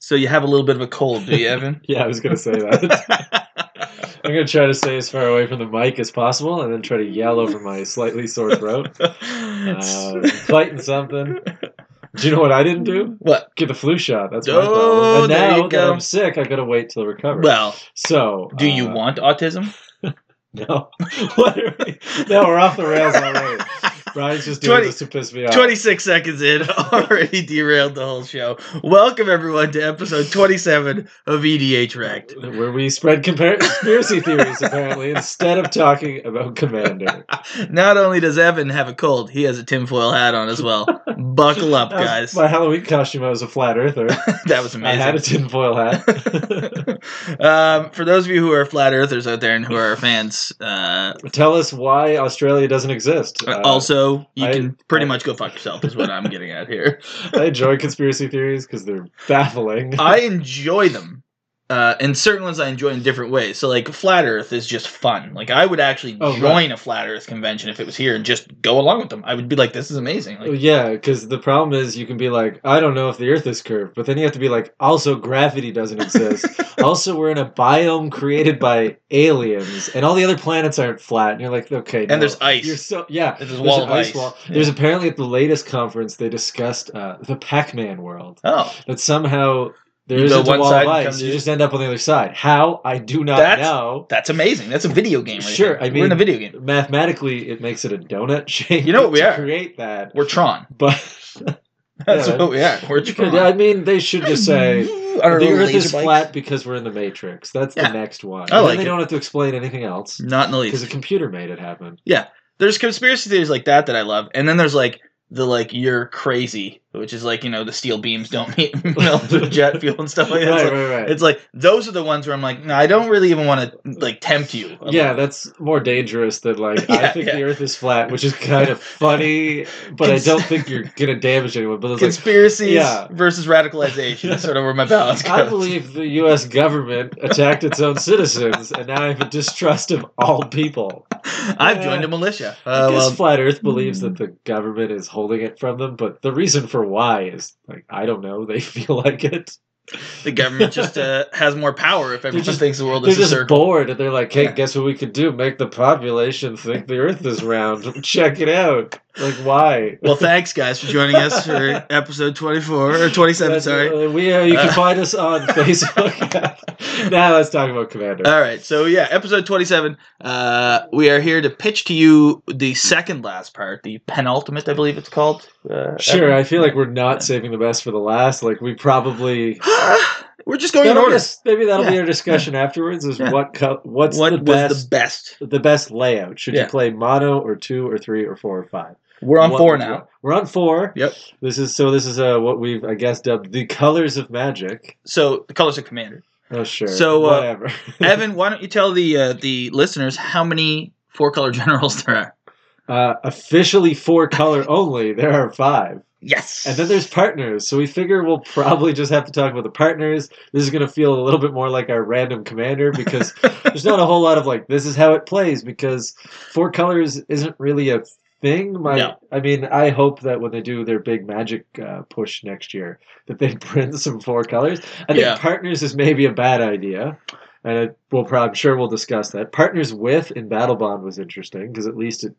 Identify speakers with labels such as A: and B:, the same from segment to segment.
A: So you have a little bit of a cold, do you, Evan?
B: Yeah, I was gonna say that. I'm gonna try to stay as far away from the mic as possible, and then try to yell over my slightly sore throat, um, fighting something. Do you know what I didn't do?
A: what?
B: Get the flu shot. That's my
A: Oh,
B: problem. And
A: there
B: now
A: you
B: that
A: go.
B: I'm sick, I gotta wait till recovery.
A: Well,
B: so
A: do you
B: uh,
A: want autism?
B: No. what are we? No, we're off the rails already. Brian's just doing
A: 20
B: this to piss me off.
A: 26 seconds in, already derailed the whole show. Welcome, everyone, to episode 27 of EDH Wrecked.
B: Where we spread compar- conspiracy theories, apparently, instead of talking about Commander.
A: Not only does Evan have a cold, he has a tinfoil hat on as well. Buckle up,
B: That was
A: guys.
B: My Halloween costume, I was a flat earther.
A: That was
B: I
A: amazing.
B: had a tinfoil hat.
A: um, for those of you who are flat earthers out there and who are fans, uh,
B: Tell us why Australia doesn't exist. Uh,
A: also you
B: I-
A: can pretty
B: I-
A: much go fuck yourself, is what I'm getting at here.
B: I enjoy conspiracy theories because they're baffling.
A: I enjoy them, uh, and certain ones I enjoy in different ways. So like flat Earth is just fun. Like I would actually
B: Oh, right.
A: join a flat Earth convention if it was here and just go along with them. I would be like, this is amazing. Like,
B: yeah, because the problem is you can be like, I don't know if the Earth is curved, but then you have to be like, also gravity doesn't exist. also, we're in a biome created by aliens, and all the other planets aren't flat. And you're like, okay, no,
A: and there's ice.
B: You're so yeah.
A: there's a
B: There's
A: wall
B: an
A: of
B: ice
A: ice.
B: wall.
A: Yeah.
B: There's apparently at the latest conference they discussed uh, the Pac-Man world.
A: oh,
B: That somehow there
A: You go
B: isn't a
A: one
B: wall
A: side
B: of
A: and come
B: ice.
A: to
B: You
A: the-
B: just end up on the other side. How I do not
A: That's-
B: know.
A: that's amazing. That's a video game. Right
B: Sure,
A: there.
B: I
A: we're in
B: mean-
A: a video game.
B: mathematically it makes it a donut shape.
A: You know what we
B: to
A: are.
B: create that,
A: We're Tron.
B: but
A: That's
B: Yeah.
A: what we are. We're Tron.
B: I mean they should just say the
A: Our little
B: Earth is
A: laser bikes.
B: flat because we're in the Matrix. That's
A: Yeah.
B: the next one. And
A: I
B: then
A: like
B: they
A: it.
B: don't have to explain anything else
A: Not in the least.
B: because a computer made it happen.
A: there's conspiracy theories like that that I love, and then there's like the like you're crazy, which is like you know the steel beams don't meet, melt with jet fuel and stuff like that. Oh,
B: right,
A: It's like-
B: right, right.
A: it's like those are the ones where I'm like, no, I don't really even want to like tempt you. I'm
B: yeah,
A: like,
B: that's more dangerous than like I
A: Yeah,
B: think
A: yeah.
B: the Earth is flat, which is kind of funny, but I
A: Cons-
B: don't think you're gonna damage anyone. But it's like,
A: conspiracies
B: yeah.
A: versus radicalization. is sort of where my balance goes.
B: I believe the U.S. government attacked its own citizens, and now I have a distrust of all people.
A: I've joined a militia. Uh,
B: I guess
A: well,
B: flat Earth believes
A: Hmm.
B: that the government is holding it from them, but the reason for why is like I don't know. They feel like it.
A: the government just uh, has more power if everyone
B: just-
A: thinks the world
B: They're
A: is a
B: just
A: circle.
B: bored, and they're like, "Hey,
A: Yeah.
B: guess what we could do? Make the population think the Earth is round. Check it out. Like, why?"
A: Well, thanks guys for joining us for episode 24 or 27.
B: That's-
A: sorry.
B: uh, we uh, you can
A: Uh.
B: find us on Facebook. now let's talk about Commander.
A: All right, so yeah, episode 27. Uh, we are here to pitch to you the second last part, the penultimate, I believe it's called. Uh,
B: sure, I feel like we're not saving the best for the last. Like, we probably.
A: we're just going in
B: That'll be
A: order.
B: a- Maybe that'll be
A: Yeah.
B: our discussion afterwards. Is
A: Yeah.
B: what co- what's
A: what
B: the
A: was the
B: best
A: best?
B: the best layout? Should
A: Yeah.
B: you play mono or two or three or four or five?
A: We're on
B: What
A: four
B: would you
A: now.
B: want? We're on four.
A: Yep.
B: This is so. This is uh, what we've I guess dubbed the colors of magic.
A: So the colors of commander.
B: Oh sure.
A: So, uh,
B: whatever.
A: Evan, why don't you tell the uh, the listeners how many four color generals there are?
B: uh, officially four color only. There are five,
A: Yes.
B: and then there's partners. So we figure we'll probably just have to talk about the partners. This is gonna feel a little bit more like our random commander because there's not a whole lot of like this is how it plays because four colors isn't really a thing my
A: No.
B: i mean i hope that when they do their big magic uh, push next year that they print some four colors i think
A: Yeah.
B: partners is maybe a bad idea and it, we'll probably i'm sure we'll discuss that partners with in battle bond was interesting because at least it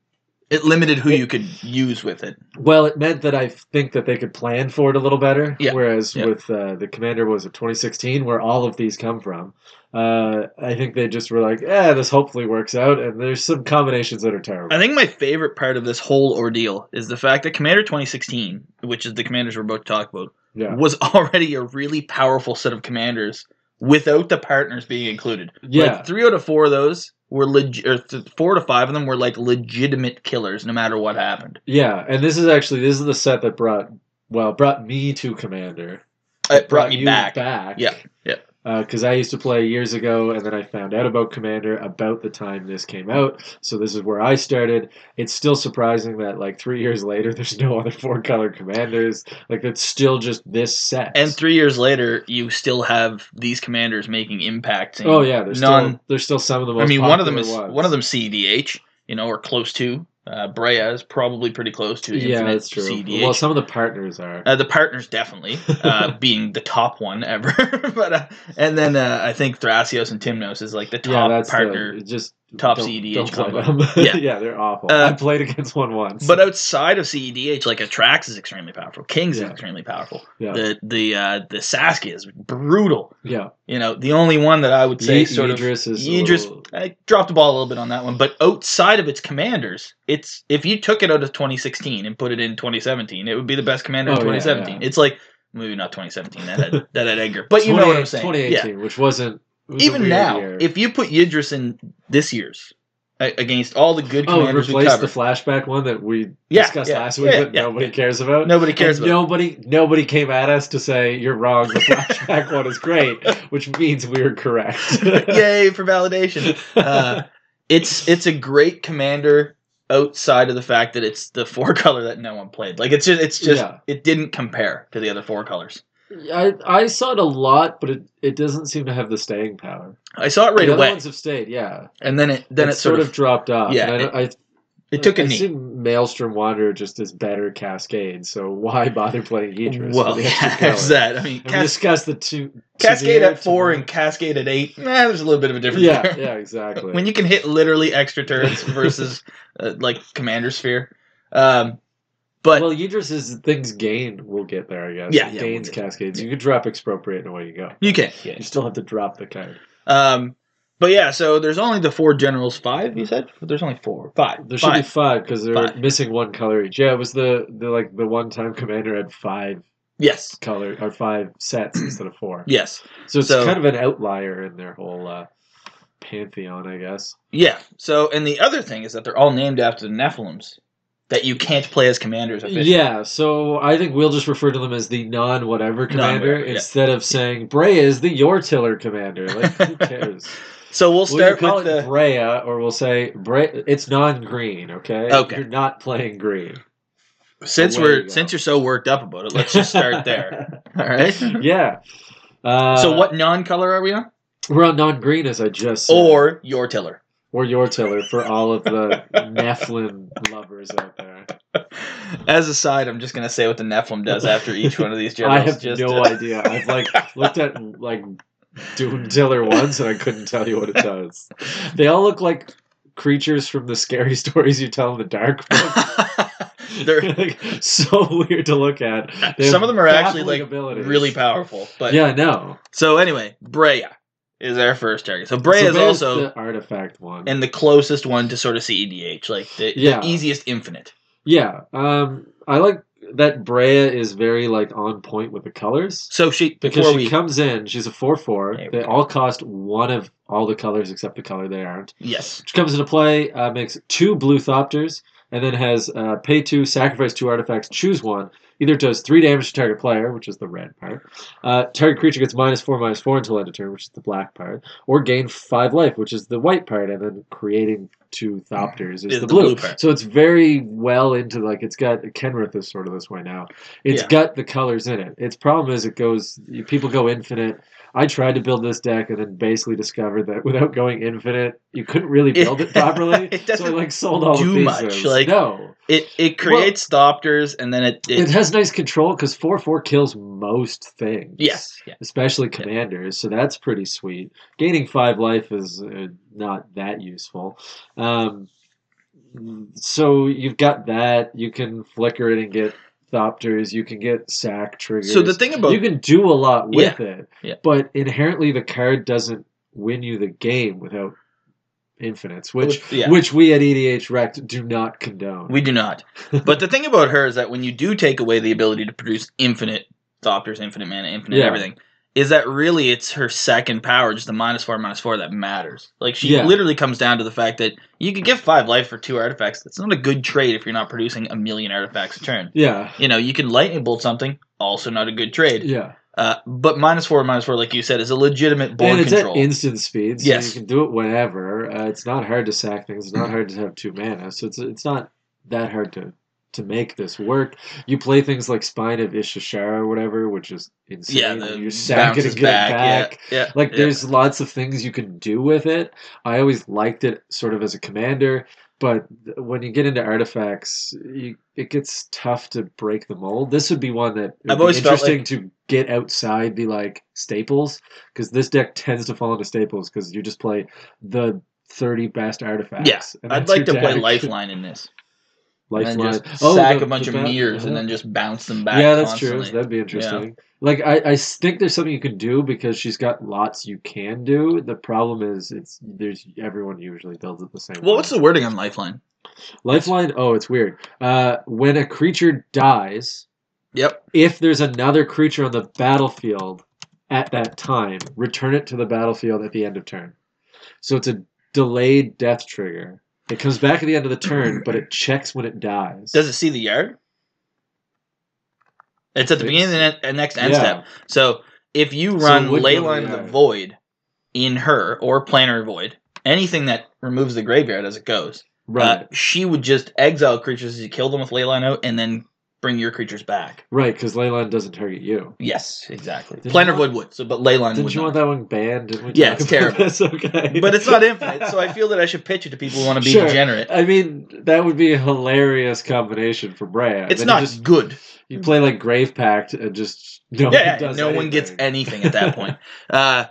A: it limited who you could use with it.
B: well it meant that i think that they could plan for it a little better
A: Yeah.
B: whereas
A: Yeah.
B: with uh, the commander what was it 2016 where all of these come from uh, i think they just were like yeah this hopefully works out and there's some combinations that are terrible
A: I think my favorite part of this whole ordeal is the fact that Commander 2016, which is the commanders we're about to talk about,
B: yeah
A: was already a really powerful set of commanders without the partners being included.
B: yeah
A: Like three out of four of those were legit, or th- four to five of them were like legitimate killers no matter what happened.
B: Yeah, and this is actually this is the set that brought well brought me to Commander.
A: It brought me
B: you
A: back. Yeah,
B: Yeah,
A: yeah.
B: Because I used to play years ago, and then I found out about Commander about the time this came out. So this is where I started. It's still surprising that like three years later, there's no other four color commanders. Like that's still just this set.
A: And three years later, you still have these commanders making impacts.
B: oh yeah, there's
A: none.
B: still there's still some of the most.
A: I mean, one of them is
B: popular ones.
A: one of them CDH, you know, or close to Uh, Brea is probably pretty close to
B: yeah,
A: Infinite
B: that's true.
A: CDH.
B: Well, some of the partners are.
A: Uh, the partners definitely uh, being the top one ever, but uh, and then uh, I think Thrasios and Timnos is like the
B: yeah,
A: top
B: that's the-
A: partner.
B: just
A: top
B: don't-
A: CEDH
B: don't play
A: combo.
B: them.
A: Yeah.
B: yeah. they're awful.
A: Uh,
B: I played against one once.
A: But outside of CEDH, like Atrax is extremely powerful. Kings is
B: Yeah.
A: extremely powerful.
B: yeah,
A: The the uh, the Saskia is brutal.
B: yeah.
A: You know, the only one that I would say
B: Ye-
A: sort of
B: Idris is a
A: Idris-
B: little-
A: I dropped the ball a little bit on that one. But outside of its commanders, it's if you took it out of 2016 and put it in 2017, it would be the best commander of
B: Oh, yeah,
A: 2017.
B: yeah.
A: It's like maybe not 2017 that had, that had Edgar, but you know what I'm
B: 28
A: saying. Yeah.
B: 2018, which wasn't it was a
A: even
B: weird
A: now,
B: year.
A: if you put Yidris in this year's a- against all the good
B: oh,
A: commanders we
B: replace
A: covered,
B: the flashback one that we
A: Yeah,
B: discussed
A: yeah,
B: last week
A: yeah,
B: that
A: yeah,
B: nobody
A: yeah.
B: cares about.
A: nobody cares
B: And
A: about.
B: nobody nobody came at us to say you're wrong the flashback one is great which means we were correct
A: Yay for validation! Uh, It's it's a great commander outside of the fact that it's the four color that no one played. Like it's just it's just
B: Yeah.
A: it didn't compare to the other four colors.
B: I, I saw it a lot but it, it doesn't seem to have the staying power
A: I saw it right
B: the other
A: away,
B: ones have stayed yeah
A: and then it then it,
B: It's
A: sort, of,
B: dropped off
A: Yeah,
B: And I, I,
A: it took
B: I
A: a knee.
B: assume Maelstrom Wanderer just is better Cascade so why bother playing Idris
A: Well,
B: with the extra
A: yeah,
B: color?
A: there's that. I mean,
B: And we
A: Cas-
B: discussed the two
A: Cascade
B: Tavir,
A: at four
B: Tavir.
A: and Cascade at eight. Nah, there's a little bit of a difference.
B: yeah
A: there.
B: yeah exactly
A: when you can hit literally extra turns versus uh, like commander sphere um but
B: well, Idris is things gained. We'll get there, I guess.
A: Yeah, yeah,
B: gains
A: we'll get there.
B: cascades. You could drop expropriate and away you go.
A: you can yeah.
B: You still have to drop the card.
A: um but yeah so there's only the four generals five you said there's only four five
B: There should
A: five.
B: be five because they're
A: Five.
B: missing one color each. Yeah, it was the, the like the one time commander had five
A: yes
B: color or five sets instead of four.
A: yes
B: So it's
A: So-
B: kind of an outlier in their whole uh, pantheon, I guess.
A: yeah so and the other thing is that they're all named after the nephilims that you can't play as commanders officially.
B: Yeah, so I think we'll just refer to them as the non whatever commander
A: Non-whatever, yeah.
B: instead of saying Bray is the your tiller commander. Like who cares?
A: so we'll
B: We'll either
A: start
B: call
A: with
B: it
A: the
B: Brea, or we'll say Brea. It's non-green. Okay.
A: Okay.
B: You're not playing green.
A: since
B: away
A: we're
B: you go.
A: since you're so worked up about it let's just start there all right
B: yeah. Uh,
A: so what non-color are we on
B: We're on non-green, as I just said,
A: or your tiller
B: or your tiller for all of the Nephilim lovers out there.
A: As a side, I'm just gonna say what the Nephilim does after each one of these
B: I
A: generals.
B: have
A: just uh,
B: no
A: to-
B: idea. I've like looked at like Doom Tiller once, and I couldn't tell you what it does. They all look like creatures from the scary stories you tell in the dark. Book.
A: They're
B: Like, so weird to look at. They have
A: Some of them are actually,
B: baffling
A: like,
B: abilities.
A: really powerful, but
B: yeah, no.
A: So anyway, Brea is our first target. So Brea is also
B: the artifact one.
A: and the closest one to sort of CEDH, like the, the
B: Yeah.
A: easiest infinite.
B: yeah, um, I like that Brea is very like on point with the colors
A: So she
B: because
A: before
B: she
A: we
B: comes in. She's a four four.
A: There we
B: They
A: go.
B: all cost one of all the colors except the color they aren't,
A: yes
B: which comes into play. Uh, makes two blue thopters and then has uh, pay two, sacrifice two artifacts, choose one. Either does three damage to target player, which is the red part. Uh, target creature gets minus four, minus four until end of turn, which is the black part, or gain five life, which is the white part, and then creating two thopters is
A: Is the
B: the, blue.
A: blue part.
B: So it's very well into like it's got Kenrith is sort of this way now. It's
A: Yeah.
B: got the colors in it. Its problem is it goes people go infinite. I tried to build this deck and then basically discovered that without going infinite, you couldn't really build it properly.
A: It
B: so I
A: doesn't
B: like sold all
A: do
B: the
A: much,
B: pieces.
A: like-
B: no,
A: it it creates Thopters and then it,
B: it
A: it,
B: has nice control because four four kills most things.
A: yes yeah.
B: especially commanders. So that's pretty sweet. Gaining five life is uh, not that useful. Um, so you've got that. You can flicker it and get thopters. You can get sack triggers.
A: So the thing about
B: you can do a lot with it.
A: yeah.
B: But inherently, the card doesn't win you the game without infinites, which
A: yeah.
B: which we at EDH Rect do not condone.
A: We do not. But the thing about her is that when you do take away the ability to produce infinite Thopters, infinite mana, infinite
B: Yeah.
A: everything, is that really it's her second power, just the minus four, minus four, that matters. Like, she
B: Yeah.
A: literally comes down to the fact that you could give five life for two artifacts. That's not a good trade if you're not producing a million artifacts a turn.
B: yeah.
A: You know, you can lightning bolt something, also not a good trade.
B: Yeah.
A: Uh, but minus four, minus four, like you said, is a legitimate board
B: and it's
A: control.
B: at instant speed, so
A: Yes.
B: you can do it whenever. Uh, it's not hard to sack things. It's not hard to have two mana, so it's it's not that hard to to make this work. You play things like Spine of Ishishara or whatever, which is insane.
A: yeah, the
B: You're sacking
A: bounces
B: and get it back.
A: Yeah, yeah,
B: Like
A: yeah.
B: there's lots of things you can do with it. I always liked it sort of as a commander, but th- when you get into artifacts, you, it gets tough to break the mold. This would be one that would
A: I've
B: be
A: always felt
B: interesting to get outside the like staples because this deck tends to fall into staples because you just play the 30 best artifacts.
A: Yeah,
B: and
A: I'd
B: that's
A: like to
B: your
A: play
B: deck.
A: Lifeline in this, and
B: Lifeline.
A: then just sack
B: Oh, the-
A: a bunch
B: the uh-huh.
A: of
B: bat-
A: mirrors and
B: yeah.
A: then just bounce them back.
B: Yeah, that's
A: constantly.
B: true. That'd be interesting. Like I, I think there's something you can do because she's got lots you can do. The problem is it's there's everyone usually builds it the same
A: Well,
B: way.
A: what's the wording on Lifeline?
B: lifeline? Oh, it's weird. Uh, when a creature dies,
A: Yep.
B: if there's another creature on the battlefield at that time, return it to the battlefield at the end of turn. So it's a delayed death trigger. It comes back at the end of the turn, but it checks when it dies.
A: Does it see the yard? It's at the
B: It's-
A: beginning of the ne- uh, next end
B: Yeah.
A: step. So if you
B: So
A: run
B: it would go to
A: Leyline of
B: the
A: the
B: yard.
A: Void in her or Planar Void, anything that removes the graveyard as it goes,
B: Right.
A: uh, she would just exile creatures as you kill them with Leyline out and then bring your creatures back.
B: Right, because Leyline doesn't target you.
A: Yes, exactly.
B: Did you
A: Planar
B: want-
A: Void would, so but Leyline
B: Didn't
A: would
B: you
A: not.
B: want that one banned? Didn't we
A: Yeah,
B: talk
A: it's
B: about
A: terrible.
B: That's okay.
A: But it's not infinite, so I feel that I should pitch it to people who want to be
B: Sure.
A: degenerate.
B: I mean, that would be a hilarious combination for Brad.
A: It's
B: Then
A: not
B: You, just,
A: good.
B: you play like Grave Pact and just no
A: yeah,
B: one
A: yeah,
B: does
A: no one gets
B: anything.
A: anything at that point. Uh,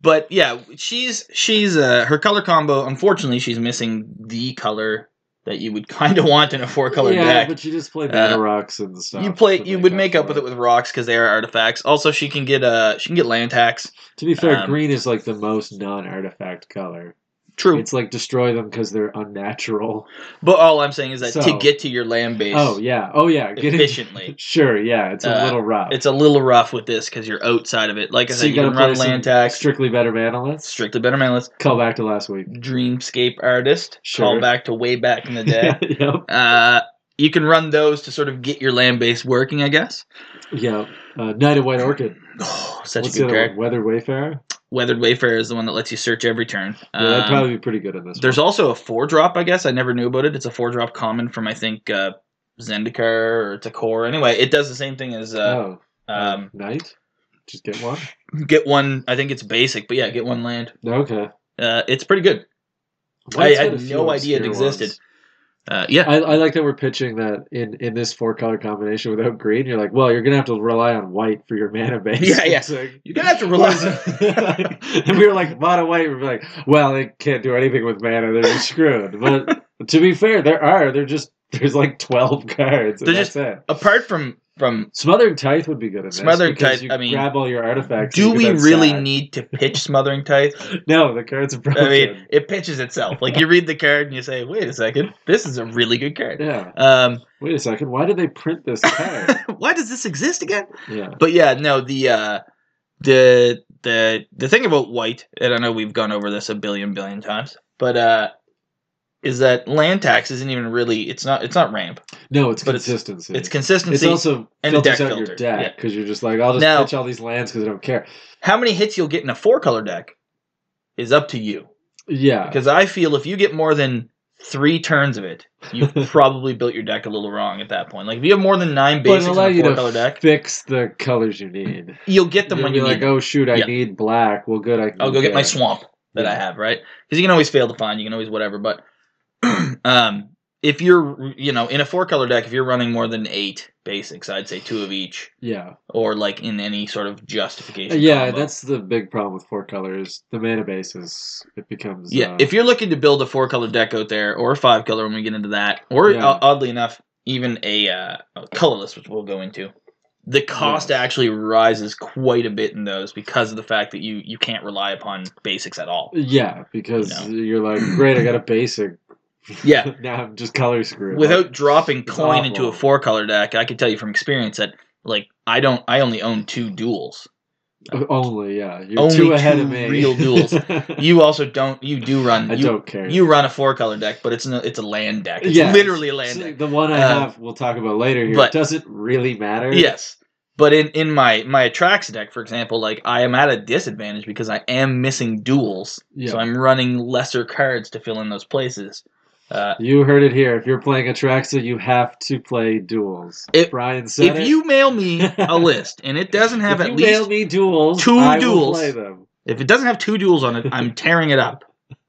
A: but yeah, she's she's uh, her color combo. Unfortunately, she's missing the color that you would kind of want in a four color
B: yeah,
A: deck.
B: but you just play
A: Uh,
B: Battle Rocks and stuff.
A: You play,
B: to
A: you would
B: up
A: make up
B: for
A: with it with rocks because they are artifacts. Also, she can get uh she can get land tax.
B: To be fair,
A: um,
B: green is like the most non-artifact color.
A: True,
B: It's like destroy them because they're unnatural.
A: but all I'm saying is that to
B: So-
A: get to your land base
B: Oh yeah, oh yeah, get in-
A: efficiently,
B: Sure, yeah, it's a
A: Uh,
B: little rough.
A: it's a little rough with this because you're outside of it. Like I
B: So
A: said, you,
B: gotta
A: can run
B: play some
A: land tax.
B: Strictly better mana list.
A: Strictly better man list.
B: Call back to last week.
A: Dreamscape artist. Call
B: Sure.
A: back to way back in the day.
B: yep.
A: Uh, you can run those to sort of get your land base working, I guess.
B: Yeah, uh, Knight of White Orchid.
A: Oh, such
B: What's
A: a good
B: the other
A: card.
B: one? Weather Wayfarer.
A: Weathered Wayfarer is the one that lets you search every turn.
B: Yeah, that'd
A: Um,
B: probably be pretty good in this.
A: there's
B: one.
A: also a four drop, I guess. I never knew about it. It's a four drop common from I think uh, Zendikar or Takor. Anyway, it does the same thing as uh,
B: oh,
A: um,
B: Knight. Just get one.
A: get one. I think it's basic, but yeah, get one land.
B: Okay.
A: Uh, it's pretty good.
B: White's
A: I had
B: got a few
A: no idea it
B: obscure
A: existed.
B: ones.
A: Uh, yeah,
B: I, I like that we're pitching that in, in this four color combination without green. You're like, well, you're gonna have to rely on white for your mana base.
A: Yeah, yeah.
B: It's like-
A: you're gonna have to rely. on-
B: and we were like, mono white. We were like, well, they can't do anything with mana. They're screwed. But to be fair, there are. They're just there's like twelve cards. And
A: They're
B: that's
A: just-
B: it.
A: Apart from from
B: Smothering Tithe would be good in this.
A: Smothering
B: because
A: Tithe,
B: you
A: I mean,
B: grab all your artifacts.
A: do
B: and
A: we
B: you go
A: really
B: outside.
A: need to pitch Smothering Tithe?
B: No, the cards are broken.
A: I mean, it pitches itself. Like you read the card and you say, "Wait a second, this is a really good card."
B: yeah.
A: Um,
B: Wait a second. Why did they print this card?
A: why does this exist again?
B: yeah.
A: But yeah, no, the uh, the the the thing about white, and I know we've gone over this a billion billion times, but uh, is that land tax isn't even really it's not it's not ramp.
B: No, it's
A: But it's-
B: consistency.
A: It's consistency.
B: It's also
A: and
B: filters
A: deck
B: out
A: filter,
B: your deck because you're just like, I'll just
A: Now-
B: pitch all these lands because I don't care.
A: How many hits you'll get in a four color deck is up to you.
B: Yeah.
A: Because Uh, I feel if you get more than three turns of it, you've probably built your deck a little wrong at that point. Like if you have more than nine
B: But it'll
A: basics in
B: allow
A: a
B: you
A: four
B: to
A: color deck,
B: fix the colors you need.
A: you'll get them
B: You'll
A: when
B: be
A: you
B: like,
A: need. them.
B: oh shoot, I
A: Yeah.
B: need black. Well, good. I can
A: I'll go get my
B: it.
A: swamp that I
B: Yeah.
A: have, right? Because you can always fail to find, you can always whatever. But um, if you're, you know, in a four color deck, if you're running more than eight basics, I'd say two of each,
B: Yeah.
A: or like in any sort of justification.
B: Yeah,
A: combo.
B: that's the big problem with four colors. The mana bases, it becomes.
A: Yeah,
B: uh,
A: if you're looking to build a four color deck out there, or a five color when we get into that, or
B: Yeah.
A: uh, oddly enough, even a, uh, a colorless, which we'll go into, the cost
B: Yes.
A: actually rises quite a bit in those because of the fact that you you can't rely upon basics at all.
B: Yeah, because
A: No.
B: you're like, great, I got a basic.
A: Yeah.
B: now I'm just color screwed.
A: Without dropping
B: It's
A: coin into a
B: awful.
A: four color deck, I can tell you from experience that like I don't I only own two duels.
B: Like, only, yeah, you're
A: Only
B: two ahead of
A: two
B: me.
A: real duels. You also don't you do run
B: I
A: you,
B: don't care.
A: you run a four color deck, but it's no, it's a land deck. It's
B: Yeah,
A: literally a land
B: So
A: deck.
B: the one I
A: Uh,
B: have, we'll talk about later here.
A: but-
B: doesn't really matter.
A: Yes. But in, in my my Atrax deck, for example, like I am at a disadvantage because I am missing duels.
B: Yeah.
A: So I'm running lesser cards to fill in those places. Uh,
B: You heard it here. If you're playing Atraxa, you have to play duels.
A: If-
B: Brian said
A: if you mail me a list and it doesn't have
B: if
A: at
B: you
A: least
B: mail me duels,
A: two
B: I will
A: duels.
B: play them.
A: if it doesn't have two duels on it, I'm tearing it up.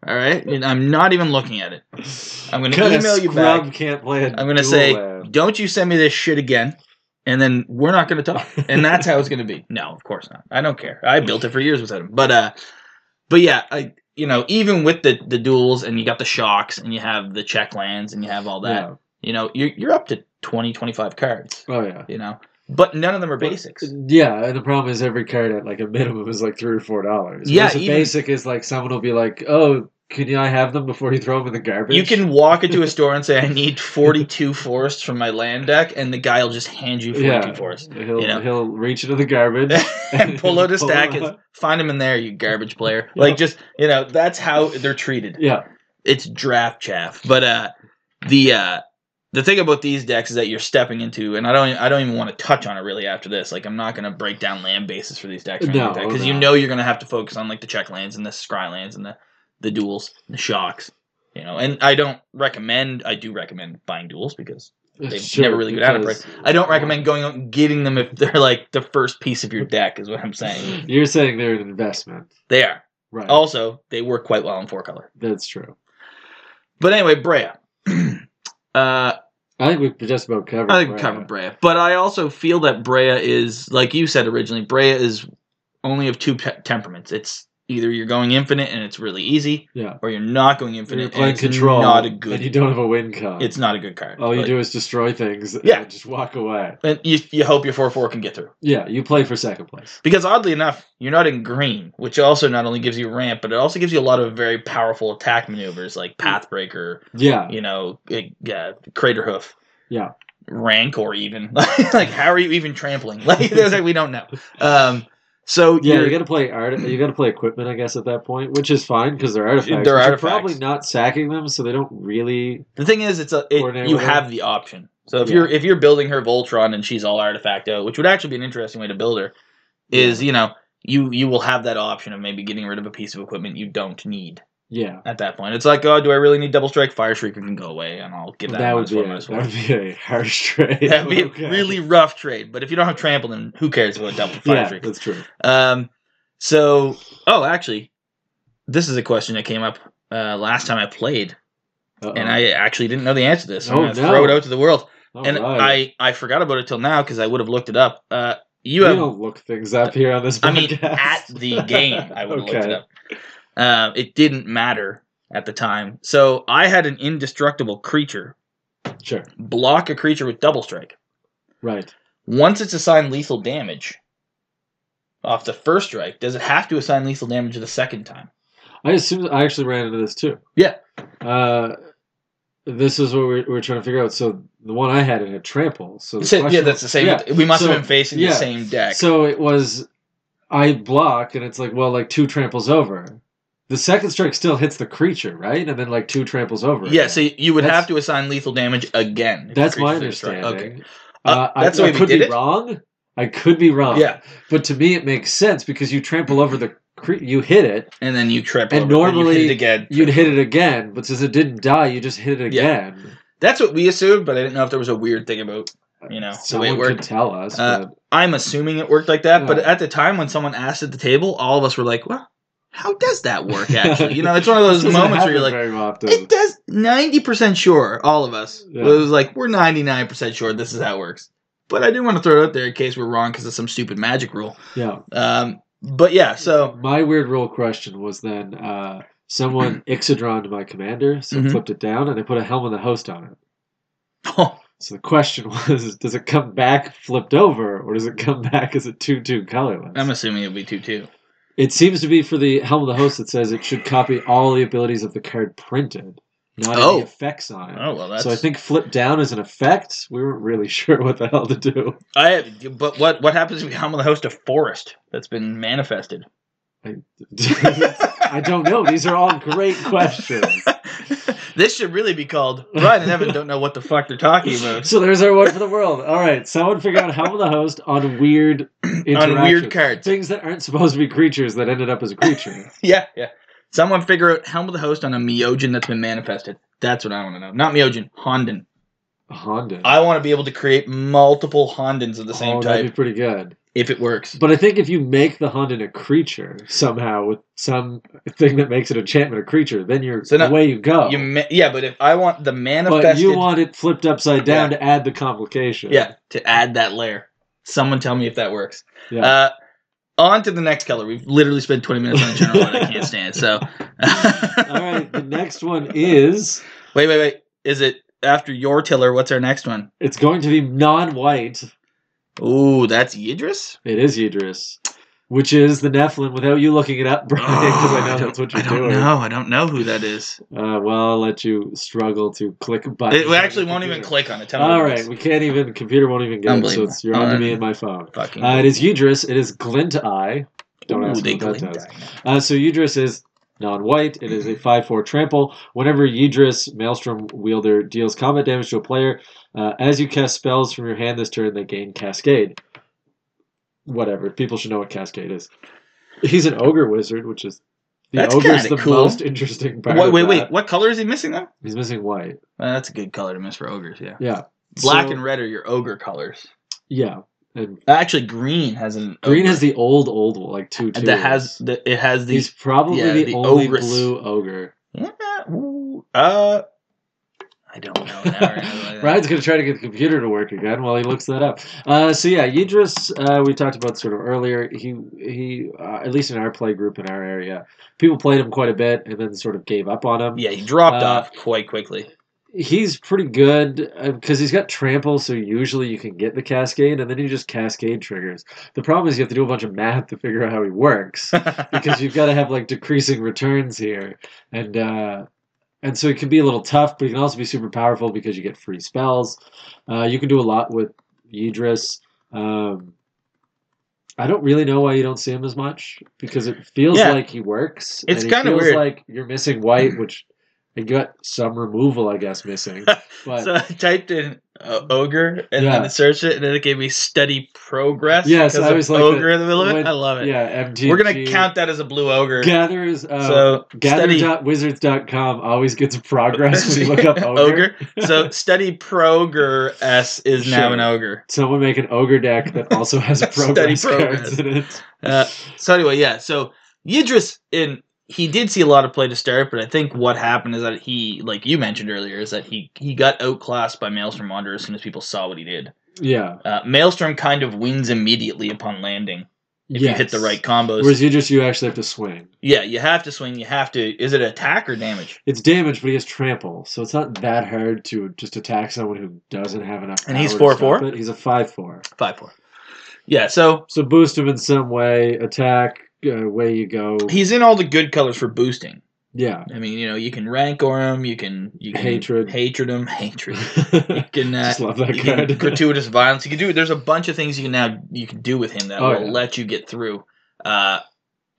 A: All right, And I'm not even looking at it. I'm gonna
B: Cut a
A: email you
B: scrub
A: back.
B: Can't play a
A: I'm gonna
B: duel
A: say,
B: ad.
A: don't you send me this shit again, and then we're not gonna talk. And that's how it's gonna be. No, of course not. I don't care. I built it for years without him. But uh, but yeah, I you know even with the the duels and you got the shocks and you have the check lands and you have all that. You know you're you're up to 20, 25 cards.
B: Yeah. Oh yeah.
A: You know, but none of them are
B: But-
A: basics.
B: Yeah, and the problem is every card at like a minimum is like three or four dollars.
A: Yeah,
B: Whereas a
A: even-
B: basic is like someone will be like, "Oh, can you I have them before you throw them in the garbage?"
A: You can walk into a store and say, "I need 42 forests from my land deck," and the guy will just hand you 42
B: yeah,
A: forests.
B: he'll
A: you know?
B: he'll reach into the garbage.
A: and pull out a
B: Pull
A: stack
B: out.
A: and find them in there, you garbage player. Like just you know, that's how they're treated.
B: yeah,
A: It's draft chaff. But uh, the uh, the thing about these decks is that you're stepping into, and I don't I don't even want to touch on it really after this. Like I'm not gonna break down land bases for these decks or anything
B: No,
A: like that because you
B: no.
A: know you're gonna have to focus on like the check lands and the scry lands and the the duels, and the shocks. You know, and I don't recommend. I do recommend buying duels because They've never really got out of
B: because-
A: I don't recommend going out and getting them if they're like the first piece of your deck. Is what I'm saying. Oh.
B: You're saying they're an investment,
A: They are.
B: right?
A: Also, they work quite well in four color.
B: That's true.
A: But anyway, Brea. uh,
B: I think we've just about covered.
A: I think
B: Oh, Brea.
A: covered Brea, but I also feel that Brea is like you said originally. Brea is only of two pe- temperaments. It's either you're going infinite and it's really easy,
B: Yeah.
A: or you're not going
B: When
A: infinite.
B: You're playing
A: and it's
B: control,
A: Not a
B: and
A: good.
B: you don't have a win con.
A: it's not a good card.
B: all you
A: Like,
B: do is destroy things.
A: Yeah.
B: and just walk away.
A: And you, you hope your four four can get through.
B: Yeah, you play for second place.
A: Because oddly enough, you're not in green, which also not only gives you ramp, but it also gives you a lot of very powerful attack maneuvers like
B: Hmm.
A: Pathbreaker,
B: Yeah,
A: you know, it, uh, Crater Hoof.
B: Yeah.
A: Rank or even. like, how are you even trampling? Like, there's like, we don't know. Um, so,
B: Yeah, you
A: you're-
B: got to play art. You got to play equipment, I guess, at that point, which is fine because they're artifacts.
A: They're
B: but you're
A: artifacts.
B: probably not sacking them, so they don't really.
A: the thing is, it's a, it,
B: Coordinate
A: you
B: with her.
A: have the option. So if
B: Yeah.
A: you're if you're building her Voltron and she's all artifact out, which would actually be an interesting way to build her, is you know you you will have that option of maybe getting rid of a piece of equipment you don't need.
B: Yeah,
A: at that point. It's like, oh, do I really need double strike? Fire Shrieker can go away, and I'll give
B: that,
A: that,
B: would
A: minus
B: be
A: four,
B: a,
A: minus
B: that
A: four.
B: would be a harsh trade.
A: That'd be
B: Okay.
A: a really rough trade. But if you don't have trample, then who cares about double fire
B: Yeah,
A: Shrieker?
B: that's true.
A: Um, so, oh, actually, this is a question that came up uh, last time I played,
B: Uh-oh.
A: and I actually didn't know the answer to this. So I'm
B: Oh,
A: gonna throw
B: no.
A: it out to the world.
B: All
A: and
B: right.
A: I I forgot about it till now because I would have looked it up. Uh, you
B: We
A: have
B: don't look things up here on this.
A: I mean,
B: podcast.
A: at the game, I would have looked
B: Okay.
A: it up. Uh, it didn't matter at the time. So I had an indestructible creature
B: Sure.
A: block a creature with double strike.
B: Right.
A: Once it's assigned lethal damage off the first strike, does it have to assign lethal damage the second time?
B: I assume I actually ran into this too.
A: Yeah.
B: Uh, this is what we're, we're trying to figure out. So the one I had it had trample. So the
A: So- yeah,
B: question
A: that's the same.
B: yeah,
A: We must
B: so-
A: have been facing
B: yeah.
A: the same deck.
B: So it was, I block, and it's like, well, like two tramples over. The second strike still hits the creature, right? And then like two tramples over.
A: yeah,
B: again.
A: so you would
B: That's-
A: have to assign lethal damage again. if the
B: that's my
A: creature's a strike.
B: understanding.
A: Okay.
B: Uh,
A: Uh,
B: I-
A: that's the
B: I,
A: way we
B: could
A: did
B: be
A: it?
B: wrong. I could be wrong.
A: Yeah,
B: but to me it makes sense because you trample over the cre- you hit it,
A: and then you trip.
B: And
A: over it, then you hit
B: normally
A: it again.
B: you'd hit it again, but since it didn't die, you just hit it
A: Yeah.
B: again.
A: That's what we assumed, but I didn't know if there was a weird thing about you know the way
B: Someone
A: it
B: could
A: worked.
B: tell us.
A: Uh,
B: but
A: I'm assuming it worked like that, but
B: Yeah.
A: at the time when someone asked at the table, all of us were like, "Well, how does that work?" Actually, you know, it's one of those
B: This doesn't
A: moments where you're
B: happen
A: like,
B: very often.
A: "It does." Ninety percent sure, all of us.
B: Yeah.
A: It was like we're ninety nine percent sure this is how it works. But I didn't want to throw it out there in case we're wrong because of some stupid magic rule.
B: yeah.
A: Um, but yeah, so
B: my weird rule question was then uh, someone Ixodroned my commander, so
A: Mhm.
B: flipped it down, and they put a helm of the host on it.
A: oh,
B: So the question was, does it come back flipped over, or does it come back as a two-two colorless?
A: I'm assuming it'll be two two.
B: it seems to be for the helm of the host that says it should copy all the abilities of the card printed, not
A: Oh.
B: any effects on it.
A: Oh well, that's
B: so I think flip down is an effect. We weren't really sure what the hell to do.
A: I. But what what happens if we humble the host of forest that's been manifested?
B: I don't know. These are all great questions.
A: this should really be called Brian and Evan don't know what the fuck they're talking about
B: So there's our word for the world. All right, someone figure out how will the host on weird
A: on weird
B: interactions.
A: cards.
B: things that aren't supposed to be creatures that ended up as a creature.
A: Yeah, yeah. Someone figure out Helm of the Host on a Meogen that's been manifested. That's what I want to know. Not Myojin, Honden.
B: Honda.
A: I want to be able to create multiple Hondens of the same
B: oh,
A: type
B: That'd be pretty good.
A: if it works.
B: But I think if you make the Honden a creature somehow with some thing that makes an enchantment a creature, then you're
A: So
B: the
A: now-
B: way you go.
A: You ma- yeah, but if I want the
B: Oh. but
A: manifested
B: you want it flipped upside down to add the complication.
A: yeah to add that layer. Someone tell me if that works.
B: Yeah.
A: Uh, on to the next color. We've literally spent 20 minutes on a general one. I can't stand. So
B: All right. The next one is
A: Wait, wait, wait. Is it after your tiller? What's our next one?
B: it's going to be non-white.
A: Ooh, that's Yidris.
B: It is Idris, which is the Nephilim. Without you looking it up, Brian, because I know that's what you're
A: I don't
B: doing.
A: know. I don't know who that is.
B: Uh, well, I'll let you struggle to click buttons.
A: It we
B: on
A: actually
B: the
A: won't
B: computer.
A: even click on it. Tell me
B: All
A: who it
B: right,
A: is.
B: we can't even. Computer won't even get it. So
A: Unbelievable.
B: it's you're on to
A: All
B: me
A: right.
B: in my phone.
A: Fucking.
B: Uh, it is Idris. It is Glint Eye. Don't
A: Ooh,
B: ask
A: they
B: me what that
A: glint
B: does.
A: eye.
B: Uh, so Yidris is non-white. It is a 5-4 trample. Whenever Yidris, Maelstrom wielder, deals combat damage to a player, uh, as you cast spells from your hand this turn, they gain Cascade. Whatever. People should know what Cascade is. He's an ogre wizard, which is the
A: That's
B: ogre's
A: kinda
B: the
A: cool.
B: most interesting part.
A: Wait,
B: of
A: wait,
B: that.
A: wait. What color is he missing though?
B: He's missing white.
A: Well, that's a good color to miss for ogres. Yeah.
B: Yeah.
A: Black
B: So-
A: and red are your ogre colors.
B: yeah, and
A: Actually, green has an
B: green
A: ogre
B: has the old old one, like two two.
A: that has the, it has
B: He's
A: these.
B: probably
A: yeah,
B: the,
A: the
B: only
A: ogress.
B: blue ogre.
A: Yeah, ooh, uh, I don't know. Now or anything like that.
B: Brian's gonna try to get the computer to work again while he looks that up. Uh, so yeah, Idris, uh, we talked about sort of earlier. He he, uh, at least in our play group in our area, people played him quite a bit and then sort of gave up on him.
A: Yeah, he dropped
B: Uh,
A: off quite quickly.
B: He's pretty good because he's got trample, so usually you can get the cascade, and then you just cascade triggers. The problem is you have to do a bunch of math to figure out how he works. because you've got to have like decreasing returns here, and uh, and so it can be a little tough, but it can also be super powerful because you get free spells. Uh, you can do a lot with Yidris. Um, I don't really know why you don't see him as much because it feels
A: Yeah.
B: like he works.
A: It's
B: and it
A: kinda
B: feels
A: weird.
B: Like you're missing white, which you got some removal, I guess, missing. But
A: so I typed in uh, ogre and
B: Yeah.
A: then it searched it, and then it gave me study progress.
B: Yes,
A: because
B: I
A: of
B: was like
A: ogre
B: that
A: in the middle of it.
B: when-
A: I love it.
B: yeah, MTG.
A: We're gonna count that as a blue ogre.
B: Gatherers. Uh,
A: so study
B: Gather.wizards.com always gets a progress when you look up ogre.
A: So study progress is now an
B: Sure.
A: ogre.
B: Someone make an ogre deck that also has a
A: Study
B: progress
A: progress.
B: cards in it.
A: Uh, So anyway, yeah. So Yidris in he did see a lot of play to start, but I think what happened is that he, like you mentioned earlier, is that he he got outclassed by Maelstrom Wanderer as soon as people saw what he did.
B: yeah.
A: Uh, Maelstrom kind of wins immediately upon landing if you hit the right combos.
B: Whereas you just you actually have to swing.
A: yeah, you have to swing. You have to. Is it attack or damage?
B: It's damage, but he has trample, so it's not that hard to just attack someone who doesn't have enough.
A: And he's
B: power to
A: 4-4?
B: stop it. He's a five four.
A: Five four. Yeah. So
B: So boost him in some way. Attack. Uh, away you go.
A: he's in all the good colors for boosting.
B: yeah.
A: I mean, you know, you can rank or him. You can you can
B: Hatred.
A: hatred him, hatred.
B: Just
A: You can uh,
B: love that
A: you can
B: card.
A: gratuitous violence. You can do. There's a bunch of things you can now you can do with him that
B: Oh,
A: will
B: yeah.
A: let you get through. Uh,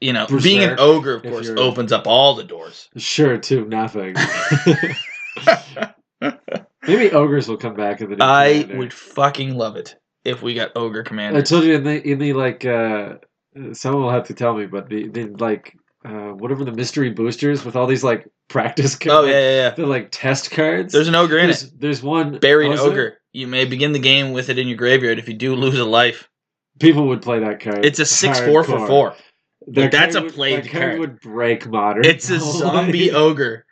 A: you know, being an
B: Berserk,
A: ogre, of
B: if
A: course,
B: you're-
A: opens up all the doors.
B: sure, too. Nothing. Maybe ogres will come back in the. new
A: I
B: commander.
A: would fucking love it if we got ogre commander.
B: I told you in the in the like uh someone will have to tell me, but the the like uh whatever the mystery boosters with all these like practice
A: oh
B: cards.
A: yeah, yeah, yeah.
B: They're like test cards.
A: There's an ogre in
B: there's,
A: it.
B: there's one
A: Buried
B: oh, is there?
A: ogre. You may begin the game with it in your graveyard. If you do lose a life,
B: People would play that card.
A: it's a six four for
B: Hardcore.
A: four.
B: That
A: Like, that's
B: card
A: a
B: would-
A: played
B: that
A: card.
B: would break modern.
A: It's a zombie ogre.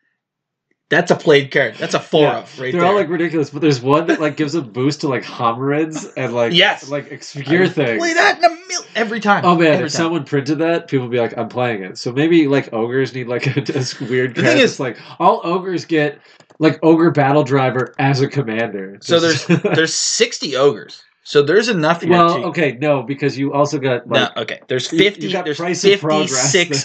A: That's a played card. That's a four
B: Yeah,
A: of right
B: They're
A: there.
B: all like ridiculous, but there's one that like gives a boost to like homerids and like
A: Yes.
B: like obscure things.
A: Play that in a mil- every time.
B: Oh man,
A: every
B: if
A: time.
B: someone printed that, people would be like, "I'm playing it." So maybe like ogres need like a, a
A: The thing
B: weird. The thing
A: is-
B: is, like all ogres get like ogre battle driver as a commander.
A: So
B: Just-
A: there's 60 ogres. So there's enough here
B: well,
A: to
B: okay, no, because you also got like
A: no, okay. There's
B: you- you
A: 50
B: got
A: there's
B: price of
A: 56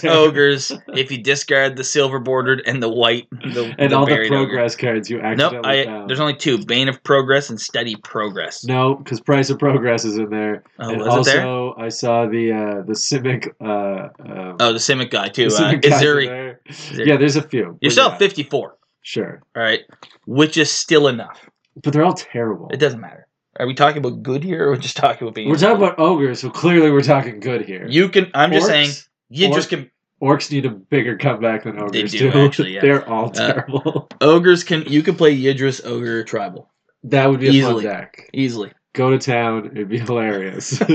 B: progress there.
A: ogres if you discard the silver bordered and the white the,
B: and
A: the
B: all the
A: buried ogre.
B: progress cards you accidentally
A: Nope, I
B: found.
A: there's only two, Bane of Progress and Steady Progress.
B: no, because price of progress is in there,
A: oh,
B: and
A: was
B: also
A: it there?
B: I saw the uh, the Simic. Uh, um,
A: Oh, the Simic guy too.
B: the
A: Uh,
B: Simic guys in
A: Izuri.
B: there.
A: Izuri.
B: Yeah, there's a few.
A: You're
B: but
A: still
B: yeah,
A: at 54,
B: Sure,
A: all right? Which is still enough.
B: but they're all terrible.
A: It doesn't matter. Are we talking about good here or are we just talking about being
B: We're talking about ogres, so clearly we're talking good here.
A: You can I'm just saying you
B: Orcs.
A: just can
B: Orcs need a bigger comeback than ogres
A: do, actually, yeah.
B: They're all
A: Uh,
B: terrible.
A: Ogres can you can play Yidris ogre tribal
B: that would be a
A: easily.
B: fun deck.
A: easily.
B: Go to town. It'd be hilarious.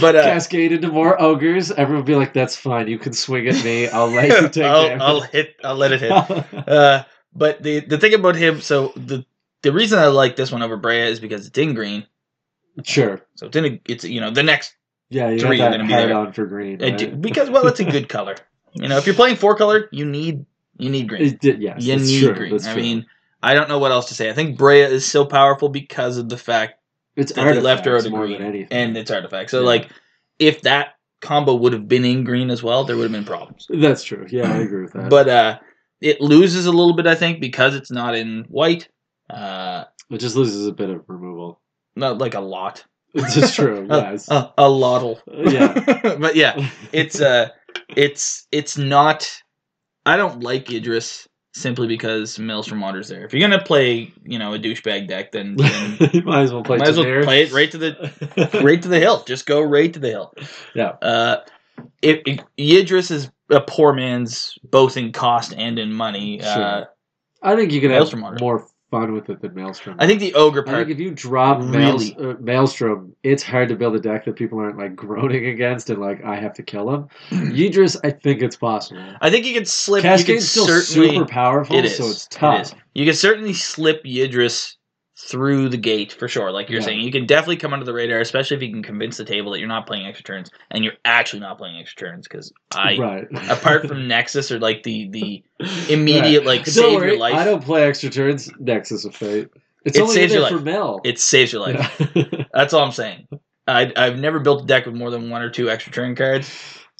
A: But uh,
B: Cascade into more ogres. Everyone would be like, "That's fine. You can swing at me. I'll let you take
A: I'll, I'll hit. I'll let it hit. Uh, but the the thing about him, so the the reason I like this one over Brea is because it's in green,
B: sure.
A: so it's in a, it's you know the next
B: Yeah, you
A: Three are
B: got that
A: gonna be
B: hard
A: there.
B: on for green.
A: I
B: Right?
A: do- because well it's a good color. You know if you're playing four color, you need you need green.
B: It did, yes,
A: you
B: that's
A: need
B: true.
A: green.
B: That's
A: I
B: true.
A: mean I don't know what else to say. I think Brea is so powerful because of the fact
B: it's
A: that they left her out
B: artifacts
A: of
B: more
A: green
B: than anything.
A: and its artifact. So
B: Yeah.
A: like if that combo would have been in green as well, there would have been problems.
B: that's true. Yeah, I agree with that.
A: But uh it loses a little bit I think because it's not in white. Uh
B: it just loses a bit of removal.
A: not like a lot.
B: It's just true.
A: Uh,
B: yes.
A: A, a lottle. oh.
B: Yeah.
A: but yeah, it's uh it's it's not I don't like Idris simply because Maelstrom Water's there. If you're gonna play, you know, a douchebag deck, then, then
B: you might as well play.
A: might as well
B: Tamir.
A: play it right to the right to the hill. Just go right to the hill.
B: Yeah.
A: Uh, it, it Yidris is a poor man's both in cost and in money. Uh,
B: I think you can have
A: Maelstrom Order.
B: more fun with it than Maelstrom.
A: I think the ogre
B: I think
A: part.
B: if you drop
A: Really?
B: Maels- uh, Maelstrom, it's hard to build a deck that people aren't like groaning against and like I have to kill him. Yidris, I think it's possible.
A: I think you can slip. you can
B: Cascade's still
A: certainly.
B: super powerful,
A: it is.
B: so it's
A: It is.
B: tough.
A: You can certainly slip Yidris through the gate for sure. Like you're
B: Yeah.
A: saying, you can definitely come under the radar, especially if you can convince the table that you're not playing extra turns and you're actually not playing extra turns. Because I,
B: right.
A: apart from Nexus or like the the immediate like
B: Don't
A: save
B: worry,
A: your life,
B: I don't play extra turns. Nexus of Fate. It's
A: It
B: only
A: saves
B: in
A: your
B: there for Mel.
A: it saves your life.
B: Yeah.
A: That's all I'm saying. I, I've never built a deck with more than one or two extra turn cards.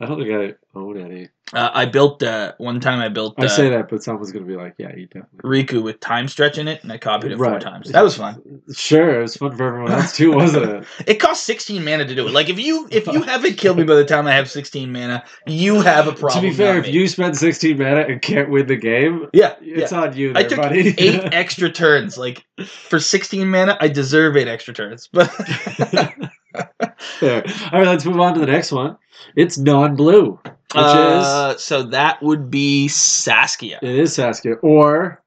B: I don't think I own any.
A: Uh, I built uh, one time. I built uh,
B: I say that, but someone's gonna be like, "Yeah, you definitely."
A: Riku with time stretch in it, and I copied it four
B: Right.
A: times. That was fun.
B: Sure, it was fun for everyone else too, wasn't it?
A: It cost 16 mana to do it. Like if you if you haven't killed me by the time I have 16 mana, you have a problem.
B: to be fair,
A: not
B: if
A: me.
B: you spend 16 mana and can't win the game,
A: yeah, yeah.
B: it's on you,
A: I
B: there,
A: took
B: buddy.
A: eight extra turns. Like for 16 mana, I deserve eight extra turns. But
B: Fair. All right, let's move on to the next one. It's non-blue, which
A: uh, so that would be Saskia.
B: is it is Saskia or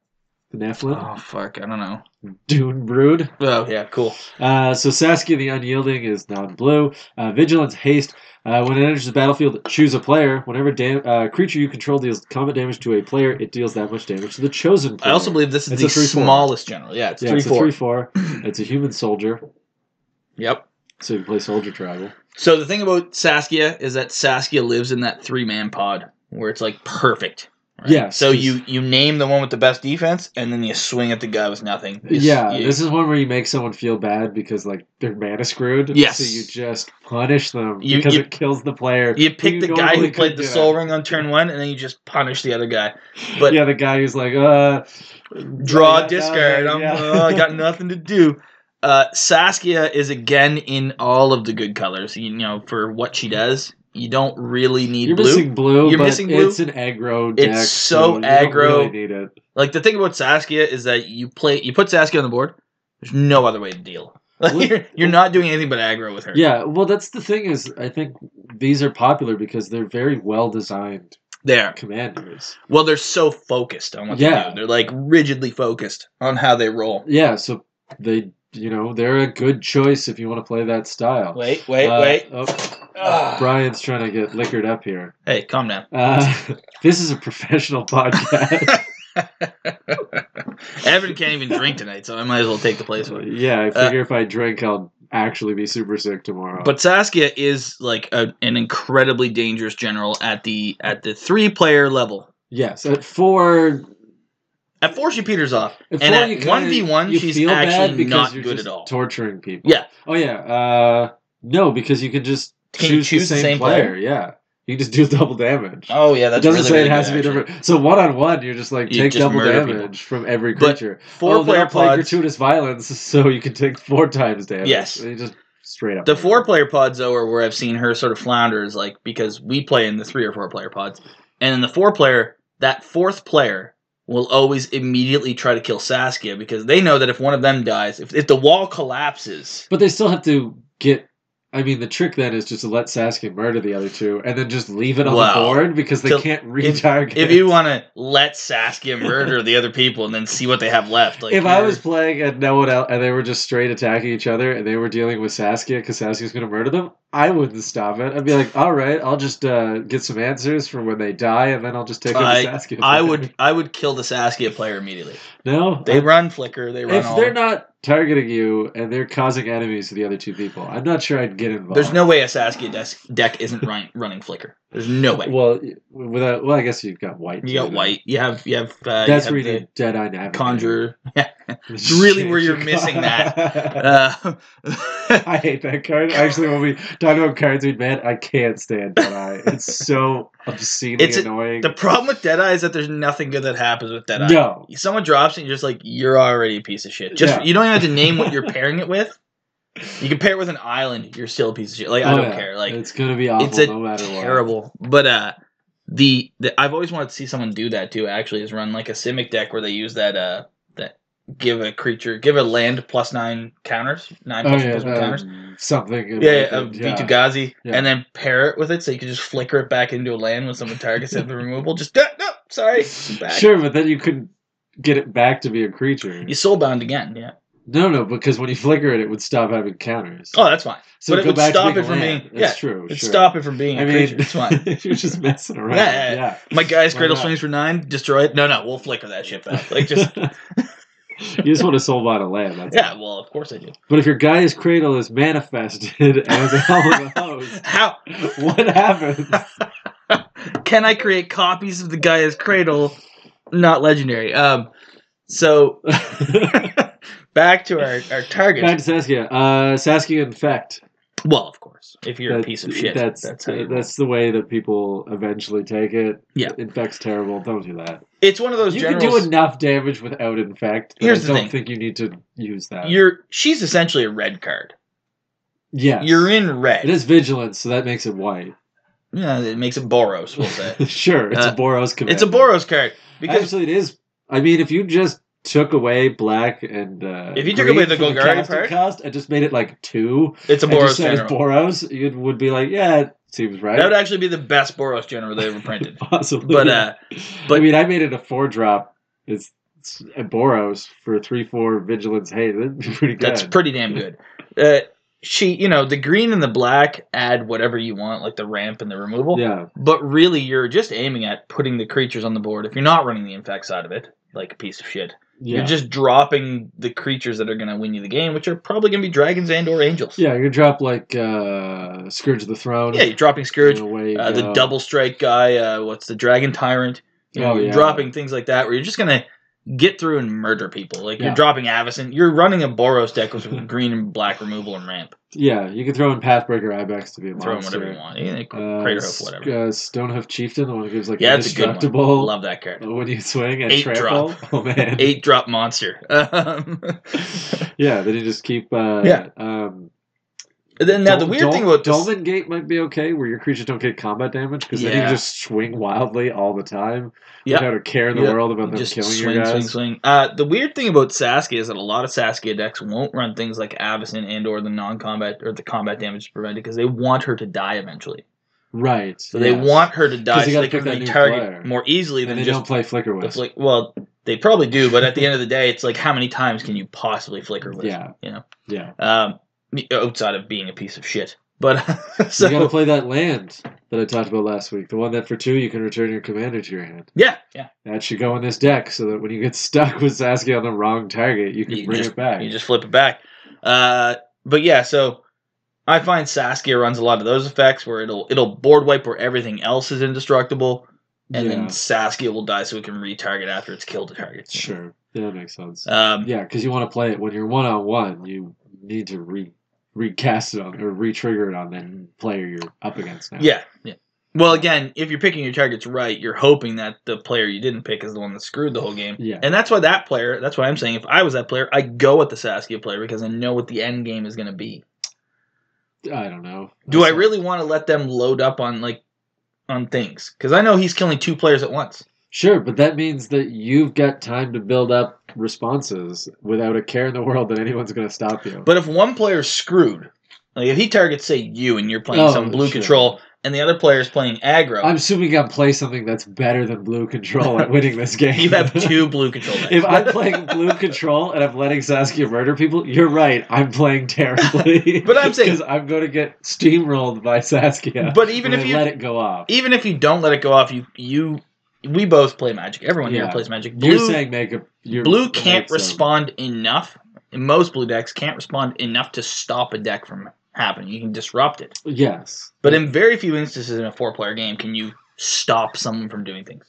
B: the Nephilim,
A: Oh fuck, I don't know.
B: Dune Brood.
A: Oh yeah, cool.
B: Uh, so Saskia the Unyielding is non-blue. Uh, Vigilance, haste. Uh, when it enters the battlefield, choose a player. Whenever dam- uh, creature you control deals combat damage to a player, it deals that much damage to the chosen
A: I
B: player.
A: also believe this is
B: It's
A: the
B: a 3-4.
A: smallest general. Yeah, it's
B: yeah,
A: three
B: it's
A: four.
B: a three-four. It's a human soldier,
A: Yep.
B: so you can play soldier tribal.
A: So the thing about Saskia is that Saskia lives in that three man pod where it's like perfect. right?
B: Yes,
A: So
B: 'cause-
A: you you name the one with the best defense, and then you swing at the guy with nothing. You s-
B: yeah,
A: you-
B: this is one where you make someone feel bad because like their mana screwed.
A: Yes.
B: So you just punish them
A: You-
B: because
A: you-
B: it kills the player.
A: you
B: who
A: pick the guy
B: normally
A: who played
B: could
A: the
B: get
A: Soul
B: it.
A: Ring on turn one, and then you just punish the other guy. But
B: yeah, the guy who's like, uh,
A: draw
B: yeah,
A: discard.
B: yeah,
A: I'm,
B: yeah.
A: oh, I got nothing to do. Uh, Saskia is again in all of the good colors. You know, for what she does, you don't really need
B: You're
A: blue.
B: missing blue.
A: You're
B: but
A: missing blue.
B: It's an aggro
A: It's
B: deck.
A: so
B: you don't
A: aggro.
B: Really need it.
A: Like the thing about Saskia is that you play you put Saskia on the board. There's no other way to deal. Like,
B: Well-
A: you're, you're not doing anything but aggro with her.
B: Yeah. Well, that's the thing is, I think these are popular because they're very well designed
A: There.
B: commanders.
A: Well, they're so focused on what
B: Yeah.
A: they do. They're like rigidly focused on how they roll.
B: Yeah. So they, you know, they're a good choice if you want to play that style.
A: Wait, wait,
B: Uh,
A: wait.
B: oh,
A: Ah.
B: Brian's trying to get liquored up here.
A: Hey, calm down.
B: Uh, this is a professional podcast.
A: Evan can't even drink tonight, so I might as well take the place of it.
B: yeah, I figure if I drink, I'll actually be super sick tomorrow.
A: Uh, But Saskia is like a, an incredibly dangerous general at the at the three player level.
B: yes, at four,
A: At four, she peters off.
B: at
A: And
B: four
A: at
B: you kinda-
A: 1v1,
B: you
A: she's
B: feel bad
A: actually
B: because
A: not
B: you're
A: good
B: just
A: at all.
B: Torturing people.
A: Yeah.
B: Oh yeah. Uh, no, because you can just
A: Can you
B: choose, the same, player. Yeah, you can just do double damage.
A: Oh yeah,
B: It
A: that's
B: doesn't
A: really,
B: say
A: really
B: it has to be
A: good, actually.
B: different. So one on one, you're just like
A: You
B: take
A: just
B: double
A: murder
B: damage
A: people.
B: from every
A: But
B: creature.
A: Four
B: oh, they
A: player
B: don't play
A: pods.
B: gratuitous violence, so you can take four times damage.
A: Yes.
B: you just straight up.
A: The four player pods though are where I've seen her sort of flounder is like because we play in the three or four player pods, and in the four player, that fourth player will always immediately try to kill Saskia because they know that if one of them dies, if, if the wall collapses,
B: But they still have to get I mean, the trick then is just to let Saskia murder the other two, and then just leave it on
A: Well,
B: the board because they
A: to-
B: can't retarget.
A: If you want to let Saskia murder the other people and then see what they have left, like
B: if I
A: you're-
B: was playing and no one else, and they were just straight attacking each other, and they were dealing with Saskia because Saskia's going to murder them, I wouldn't stop it. I'd be like, all right, I'll just uh, get some answers from when they die, and then I'll just take over
A: I-
B: Saskia.
A: I would I would kill the Saskia player immediately.
B: no.
A: They
B: I-
A: run flicker. They run
B: if
A: all.
B: they're not targeting you and they're causing enemies to the other two people, I'm not sure I'd get involved.
A: There's no way a Saskia desk, deck isn't running running flicker. There's no way.
B: Well, y- without well, I guess you've got white.
A: you
B: too,
A: got
B: then.
A: white. You have you have. Uh,
B: That's
A: you
B: where
A: have
B: you
A: the
B: need Deadeye Navigator.
A: conjurer. really where you're missing
B: that.
A: Uh,
B: I hate that card. Actually, when we talk about cards we ban, I can't stand Deadeye. It's so obscenely
A: It's a-
B: annoying.
A: the problem with Deadeye is that there's nothing good that happens with Deadeye.
B: no,
A: Someone drops it, and you're just like, you're already a piece of shit. Just
B: Yeah.
A: you don't even have to name what you're pairing it with. You can pair it with an island, you're still a piece of shit. Like I
B: Oh,
A: don't
B: yeah.
A: care. Like
B: it's gonna be awful
A: it's a
B: no matter what.
A: terrible. But uh, the, the I've always wanted to see someone do that too. Actually, is run like a Simic deck where they use that uh that give a creature give a land plus nine counters nine
B: Oh
A: plus, plus one
B: yeah,
A: counters.
B: um, something.
A: Yeah, um, yeah, of
B: awakened, yeah.
A: Vitugazi,
B: Yeah.
A: and then pair it with it so you can just flicker it back into a land when someone targets it for removal. Just "Ah, no, sorry, back.
B: Sure, but then you couldn't get it back to be a creature.
A: You soulbound again, yeah.
B: No, no, because when you flicker it, it would stop having counters.
A: Oh, that's fine.
B: so
A: but it
B: go
A: would
B: back to
A: stop it from
B: land.
A: being-
B: That's
A: yeah,
B: true.
A: It'd
B: sure.
A: stop it from being a
B: I mean,
A: creature. It's fine.
B: if you're just messing around,
A: Yeah, yeah,
B: yeah.
A: My guy's
B: Why
A: cradle
B: not?
A: swings for nine, destroy it. No, no, we'll flicker that shit back. Like just
B: you just want to soul bot a land. That's
A: yeah. Well, of course I do.
B: But if your guy's cradle is manifested as a hell of a host,
A: How
B: what happens?
A: can I create copies of the guy's cradle? Not legendary. Um. So back to our our targets.
B: Back to Saskia. Uh, Saskia infect.
A: Well, of course, if you're a
B: That-
A: piece of shit,
B: That's
A: that's
B: that's,
A: how you
B: the way that people eventually take it.
A: Yeah.
B: infect's terrible. Don't do that.
A: It's one of those
B: you
A: generals.
B: can do enough damage without infect. that
A: Here's the
B: I don't
A: thing.
B: think you need to use that.
A: Uh, You're she's essentially a red card.
B: yes.
A: You're in red.
B: It is vigilance, so that makes it white.
A: Yeah, it makes it Boros. We'll say
B: sure, it's
A: Uh,
B: a Boros commander.
A: it's a Boros card because
B: Actually, it is. I mean, if you just took away black and uh,
A: If you took
B: green
A: away the
B: from
A: Golgari
B: casting
A: part-
B: cost and just made it like two,
A: it's a
B: and
A: Boros
B: just said it's
A: general.
B: Boros, you would be like, yeah, it seems right.
A: That would actually be the best Boros general they ever printed.
B: Possibly,
A: but uh,
B: I
A: but-
B: mean, I made it a four drop. It's, it's a Boros for three four vigilance. Hey, that'd be pretty good.
A: that's pretty damn good. Uh, she, you know, the green and the black add whatever you want, like the ramp and the removal.
B: yeah.
A: But really, you're just aiming at putting the creatures on the board. If you're not running the infect side of it, like a piece of shit,
B: Yeah.
A: You're just dropping the creatures that are going to win you the game, which are probably going to be dragons and or angels.
B: yeah, you're gonna drop like uh, Scourge of the Throne.
A: Yeah, you're dropping Scourge,
B: And away you
A: uh, the
B: go.
A: double strike guy, uh, what's the dragon tyrant. You know,
B: Oh,
A: you're
B: yeah.
A: dropping things like that where you're just going to get through and murder people. Like
B: Yeah.
A: you're dropping Avison. You're running a Boros deck with green and black removal and ramp.
B: Yeah, you can throw in Pathbreaker Ibex to be a
A: Throw them
B: monster.
A: whatever you want. Yeah,
B: Uh,
A: Crater Hoof, whatever.
B: Uh, Stonehoof Chieftain, the one who gives like
A: Yeah, that's a good one.
B: indestructible
A: Love that card.
B: when you swing and
A: Eight
B: trample. Oh man,
A: Eight drop monster. Um,
B: yeah. Then you just keep. Uh,
A: Yeah.
B: Um,
A: then now the
B: Dol-
A: weird
B: Dol-
A: thing about this,
B: Dolmen Gate might be okay, where your creatures don't get combat damage because then you
A: Yeah.
B: can just swing wildly all the time
A: Yep.
B: without a care in the
A: Yep.
B: world about them
A: just
B: killing
A: swing,
B: your
A: swing,
B: guys.
A: swing. Uh, the weird thing about Saskia is that a lot of Saskia decks won't run things like Avison and or the non-combat or the combat damage prevented because they want her to die eventually.
B: Right.
A: So they want her to
B: 'Cause
A: die
B: they
A: so
B: gotta
A: they can
B: pick that new
A: retarget
B: player.
A: more easily
B: and
A: than
B: they
A: just
B: don't play Flicker
A: the
B: Wisp.
A: flick. Well, they probably do, but at the end of the day, it's like how many times can you possibly flicker with?
B: Yeah.
A: you know,
B: yeah.
A: um, outside of being a piece of shit. But so
B: you gotta play that land that I talked about last week. The one that for two you can return your commander to your hand.
A: yeah, yeah,
B: That should go in this deck so that when you get stuck with Saskia on the wrong target, you can
A: You
B: bring it back.
A: you just flip it back. Uh, but yeah, so I find Saskia runs a lot of those effects where it'll it'll board wipe where everything else is indestructible, and
B: Yeah.
A: then Saskia will die so it can retarget after it's killed the target.
B: sure. Yeah, that makes sense.
A: Um,
B: yeah, because you want to play it when you're one on one, you need to re recast it on or re trigger it on that player you're up against now.
A: Mm-hmm. yeah, yeah. Well, again, if you're picking your targets right, you're hoping that the player you didn't pick is the one that screwed the whole game.
B: Yeah.
A: And that's why that player, that's why I'm saying if I was that player, I go at the Saskia player because I know what the end game is going to be.
B: I don't know.
A: Do I
B: That's-
A: really want to let them load up on like on things? Because I know he's killing two players at once.
B: Sure, but that means that you've got time to build up responses without a care in the world that anyone's going to stop you.
A: But if one player's screwed, Like if he targets, say, you and you're playing
B: Oh,
A: some blue
B: sure.
A: control, and the other player's playing aggro,
B: I'm assuming I'm playing something that's better than blue control at winning this game.
A: you have two blue control.
B: If I'm playing blue control and I'm letting Saskia murder people, you're right. I'm playing terribly.
A: But I'm saying-
B: because I'm going to get steamrolled by Saskia.
A: but even
B: when
A: if
B: I
A: you
B: let it go off,
A: even if you don't let it go off, you you we both play Magic. Everyone here
B: Yeah.
A: plays Magic.
B: you're
A: Blue
B: saying make a you're,
A: blue can't
B: so.
A: respond enough. And most blue decks can't respond enough to stop a deck from happening. You can disrupt it,
B: Yes,
A: but in very few instances in a four player game can you stop someone from doing things.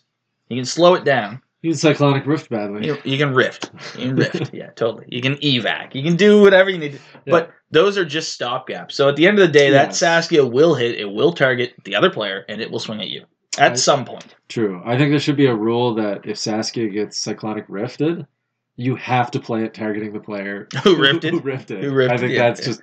A: You can slow it down.
B: you can cyclonic rift badly.
A: You, you can rift. You can rift. yeah, totally. You can evac. You can do whatever you need. to- But those are just stopgaps. So at the end of the day, that
B: Yes.
A: Saskia will hit. It will target the other player, and it will swing at you at
B: I-
A: some point.
B: True. I think there should be a rule that if Saskia gets cyclonic rifted, you have to play it targeting the player
A: Who ripped it?
B: Who ripped it?
A: Who ripped
B: I
A: it,
B: think
A: yeah,
B: that's
A: yeah.
B: just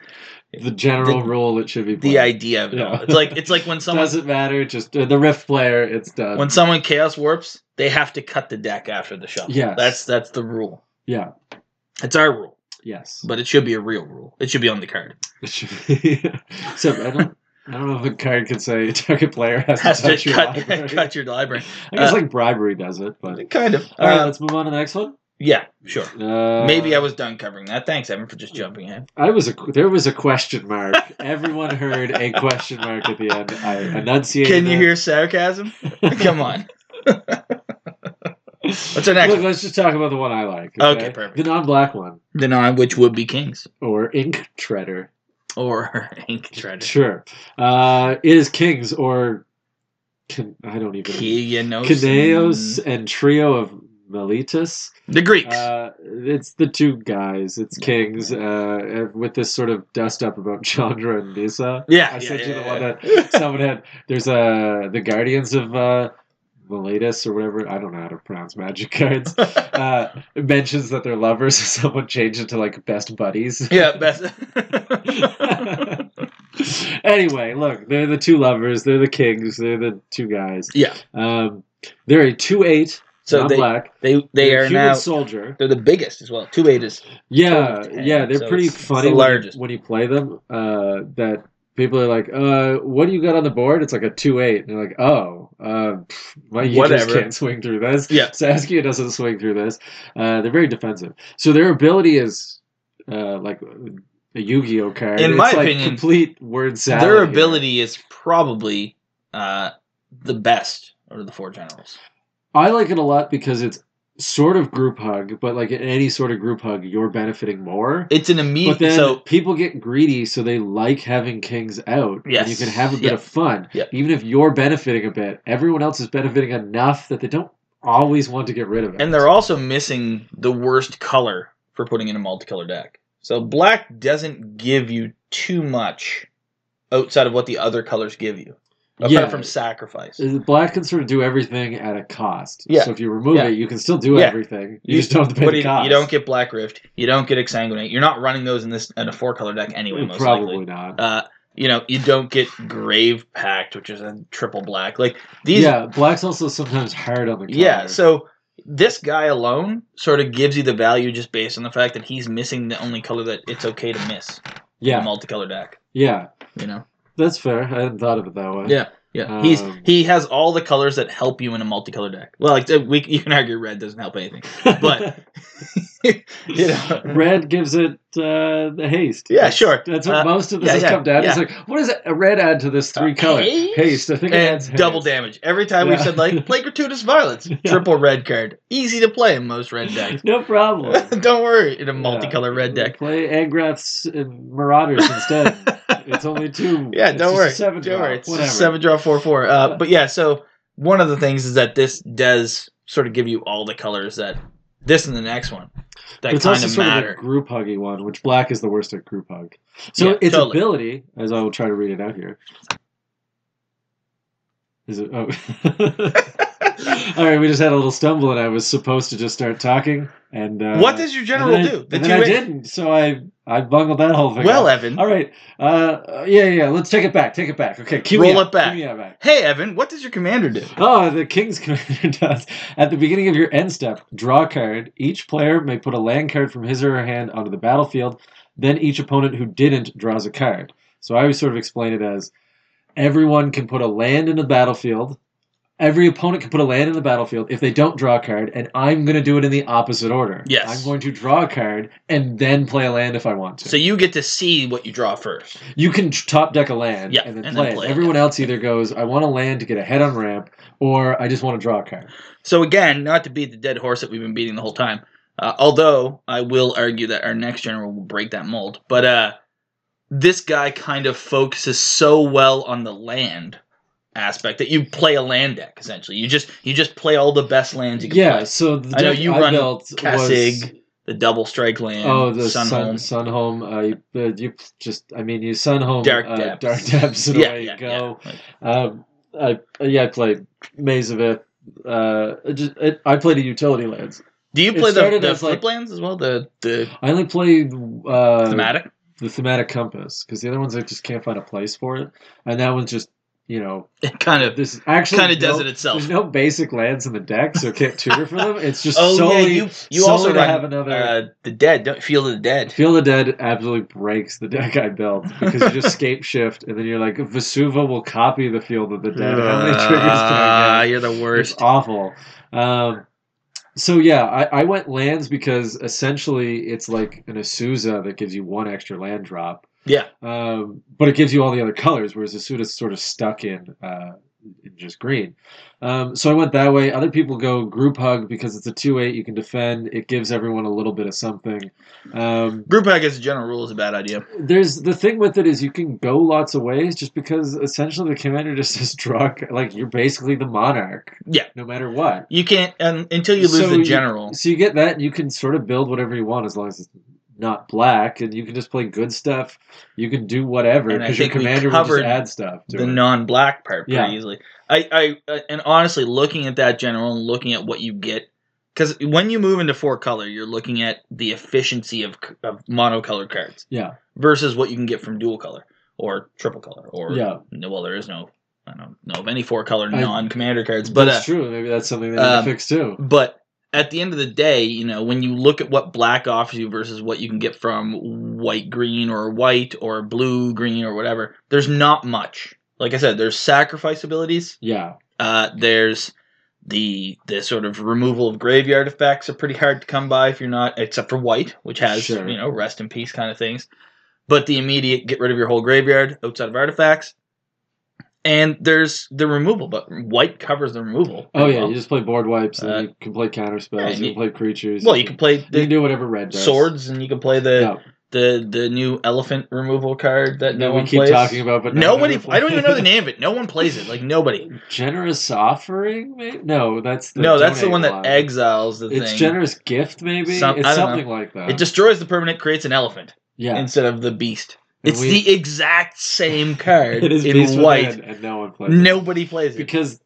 B: the general
A: The-
B: rule that should be played.
A: the idea of it all.
B: Yeah.
A: It's like it's like when someone
B: doesn't matter. Just uh, the rift player. It's done.
A: when someone chaos warps, they have to cut the deck after the shuffle.
B: Yes.
A: that's that's the rule.
B: yeah.
A: It's our rule,
B: Yes.
A: but it should be a real rule. It should be on the card.
B: It should be. so I don't. I don't know if a card can say target player has,
A: Has
B: to
A: to
B: touch your
A: cut
B: library.
A: cut your library.
B: I guess
A: uh,
B: like bribery does it, but
A: Kind of.
B: all right.
A: Uh,
B: let's move on to the next one.
A: yeah, sure.
B: Um, Uh,
A: Maybe I was done covering that. Thanks, Evan, for just jumping in.
B: I was a there was a question mark. Everyone heard a question mark at the end. I enunciated.
A: Can you
B: it.
A: hear sarcasm? Come on. What's our next
B: Look,
A: one?
B: let's just talk about the one I like.
A: Okay, perfect.
B: The non-black one
A: Then on which would be kings
B: or ink treader.
A: or ink treader.
B: Sure, uh, it is kings or can, I don't even.
A: Kianos.
B: Kineos and trio of Miletus.
A: The Greeks.
B: Uh, it's the two guys. It's kings uh, with this sort of dust up about Chandra and Nisa.
A: yeah.
B: I
A: yeah,
B: sent you
A: yeah,
B: the
A: yeah.
B: one that someone had. There's uh, the Guardians of uh, Miletus or whatever. I don't know how to pronounce magic cards. Uh, it mentions that they're lovers. Someone changed it to like best buddies.
A: Yeah, best.
B: anyway, look, they're the two lovers. They're the kings. They're the two guys.
A: yeah.
B: Um, they're a two eight.
A: So they,
B: black.
A: they they
B: They're a
A: are
B: human
A: now
B: soldier.
A: they're the biggest as well. Two eight is
B: Yeah,
A: Total ten.
B: yeah, they're
A: So
B: pretty
A: it's- it's
B: funny
A: the
B: when, you,
A: largest.
B: when you play them. Uh, that people are like, uh, "What do you got on the board?" It's like a two eight, and they're like, "Oh, uh, pff, my Whatever.
A: Whatever.
B: can't swing through this.
A: Yeah.
B: Saskia doesn't swing through this. Uh, they're very defensive. So their ability is uh, like a Yu-Gi-Oh card.
A: In
B: It's
A: my
B: like
A: opinion,
B: complete word salad.
A: their
B: here.
A: ability is probably uh, the best out of the four generals.
B: I like it a lot because it's sort of group hug, but like in any sort of group hug, you're benefiting more.
A: It's an
B: But
A: immediate
B: then
A: so
B: people get greedy, so they like having kings out.
A: Yes.
B: And you can have a bit
A: Yep.
B: of fun.
A: Yep.
B: Even if you're benefiting a bit, everyone else is benefiting enough that they don't always want to get rid of it.
A: and they're also missing the worst color for putting in a multicolor deck. So black doesn't give you too much outside of what the other colors give you, apart
B: Yeah.
A: from sacrifice.
B: Black can sort of do everything at a cost.
A: Yeah.
B: So if you remove
A: Yeah.
B: it, you can still do
A: Yeah.
B: everything. You, just don't have to pay
A: what
B: the
A: do you,
B: cost.
A: you don't get Black Rift. You don't get Exsanguinate. You're not running those in this in a four color deck anyway. Most
B: Mm, Probably
A: likely.
B: not.
A: Uh, you know, you don't get Grave Pact, which is a triple black. Like these. Yeah.
B: yeah, black's also sometimes hard on the color.
A: so this guy alone sort of gives you the value just based on the fact that he's missing the only color that it's okay to miss. in a
B: yeah,
A: multicolor deck.
B: yeah,
A: You know.
B: that's fair. I hadn't thought of it that way.
A: Yeah. Yeah. he's
B: Um,
A: he has all the colors that help you in a multicolor deck. Well, like we you can argue red doesn't help anything. But- You know.
B: red gives it uh, the haste.
A: Yeah,
B: That's-
A: sure.
B: That's what
A: Uh,
B: most of this
A: yeah,
B: has
A: yeah,
B: come down. to. It's like, what does a red add to this three
A: Uh,
B: color
A: haste?
B: haste? I think it adds
A: and
B: haste.
A: double damage. Every time we've
B: Yeah.
A: said like play gratuitous violence,
B: Yeah.
A: triple red card, easy to play in most red decks.
B: No problem.
A: Don't worry, in a
B: Yeah.
A: multicolor red deck.
B: Play Angrath's and Marauders instead. it's only two.
A: yeah, don't
B: It's just a
A: worry.
B: Seven
A: don't
B: drop,
A: worry. It's just
B: Whatever.
A: seven draw four four. Uh, but yeah, so one of the things is that this does sort of give you all the colors that this and the next one
B: But
A: that
B: it's
A: kind
B: also
A: of
B: sort
A: matter.
B: of a group huggy one, which black is the worst at group hug. So
A: Yeah,
B: its
A: totally.
B: ability, as I will try to read it out here, is it? Oh, all right. We just had a little stumble, and I was supposed to just start talking. And uh,
A: what does your general
B: and then I-
A: do? The
B: and then I
A: 2A.
B: didn't, so I I bungled that whole thing.
A: Well,
B: up.
A: Evan.
B: all right, uh, uh, yeah, yeah. Let's take it back. Take it back. Okay, cue me
A: Roll
B: out,
A: it back.
B: cue me out back.
A: Hey, Evan. What does your commander do?
B: Oh, the King's Commander does. At the beginning of your end step, draw a card. Each player may put a land card from his or her hand onto the battlefield. Then each opponent who didn't draws a card. So I always sort of explain it as everyone can put a land in the battlefield. Every opponent can put a land in the battlefield if they don't draw a card, and I'm going to do it in the opposite order.
A: Yes.
B: I'm going to draw a card and then play a land if I want to.
A: So you get to see what you draw first.
B: You can tr- top deck a land
A: Yeah,
B: and then
A: and
B: play.
A: then
B: it.
A: play it,
B: Everyone else either goes, I want a land to get a head on ramp, or I just want to draw a card.
A: So again, not to beat the dead horse that we've been beating the whole time. Uh, although I will argue that our next general will break that mold, but uh, this guy kind of focuses so well on the land aspect that you play a land deck essentially. You just you just play all the best lands you can
B: Yeah,
A: play.
B: so the
A: I know
B: deck
A: you
B: I
A: run
B: built was-
A: Kasig, The double strike land.
B: Oh, the Sun Home.
A: Sunhome.
B: Sun Home. Uh, you, uh, you just, I mean, you Sun Home.
A: Dark
B: uh,
A: Depths.
B: Dark Depths. And away you go.
A: yeah. Like,
B: Um, I yeah, I played Maze of It. Uh, it just it, I played a utility lands.
A: Do you
B: It
A: play the,
B: started
A: the
B: as, like-
A: flip lands as well? The the
B: I only played uh,
A: thematic.
B: the thematic compass because the other ones I just can't find a place for it, and that one's just you know
A: It kind of
B: this is actually
A: kind of does
B: no-
A: it itself.
B: There's no basic lands in the deck, so it can't tutor for them. It's just
A: oh
B: solely
A: yeah, you you
B: solely
A: also
B: to
A: run,
B: have another.
A: uh, the dead don't, field of the dead.
B: Feel the Dead absolutely breaks the deck I built because you just scape shift and then you're like Vesuva will copy the Field of the Dead. How many triggers can
A: Ah,
B: I get?
A: you're the
B: It's
A: worst.
B: awful. Um, so yeah, I, I went lands because essentially it's like an Asusa that gives you one extra land drop,
A: Yeah,
B: um, but it gives you all the other colors, whereas Asuda's sort of stuck in. Uh, in just green. Um, so I went that way. Other people go group hug because it's a 2 8. You can defend. It gives everyone a little bit of something. Um,
A: group hug as a general rule is a bad idea.
B: there's the thing with it is you can go lots of ways just because essentially the commander just says draw c- like you're basically the monarch
A: Yeah.
B: no matter what
A: You can't um, until you lose
B: So
A: the
B: you-
A: general.
B: so you get that and you can sort of build whatever you want as long as it's not black and you can just play good stuff you can do whatever
A: And I
B: because your
A: think we
B: commander will just
A: covered
B: add stuff to
A: the
B: it.
A: non-black part pretty
B: Yeah.
A: easily. I, I and honestly, looking at that general and looking at what you get, because when you move into four color, you're looking at the efficiency of c- of monocolored cards.
B: Yeah.
A: Versus what you can get from dual color or triple color or
B: yeah
A: no, well, there is no I don't know of any four color
B: I-
A: non-commander cards, but
B: that's
A: uh,
B: true maybe that's something they need
A: um,
B: to fix too
A: But at the end of the day, you know, when you look at what black offers you versus what you can get from white green or white or blue green or whatever, there's not much. Like I said, there's sacrifice abilities.
B: yeah
A: Uh, there's the the sort of removal of graveyard effects are pretty hard to come by if you're not, except for white, which has
B: Sure.
A: you know rest in peace kind of things. But the immediate get rid of your whole graveyard outside of artifacts, and there's the removal. But white covers the removal.
B: oh
A: pretty
B: yeah
A: well.
B: you just play board wipes and
A: Uh,
B: you can play counter spells
A: yeah, and
B: you,
A: you-
B: can play creatures
A: well, you uh, can play
B: you
A: the
B: can do whatever red does
A: swords, and you can play the
B: yeah.
A: the the new elephant removal card that no
B: that we
A: one
B: keep
A: plays.
B: talking about but no one
A: Nobody,
B: ever
A: I don't even know the
B: plays.
A: name of it. No one plays it. Like nobody.
B: generous offering maybe no that's the
A: no, that's the
B: donate
A: one that
B: line.
A: exiles the
B: it's
A: thing.
B: generous gift maybe
A: Some-
B: it's
A: I don't
B: something like that
A: It destroys the permanent, creates an elephant
B: yeah
A: instead of the beast.
B: And
A: It's
B: we-
A: the exact same card
B: it is Beast
A: in
B: Within,
A: white.
B: and no one plays it.
A: Nobody plays it
B: because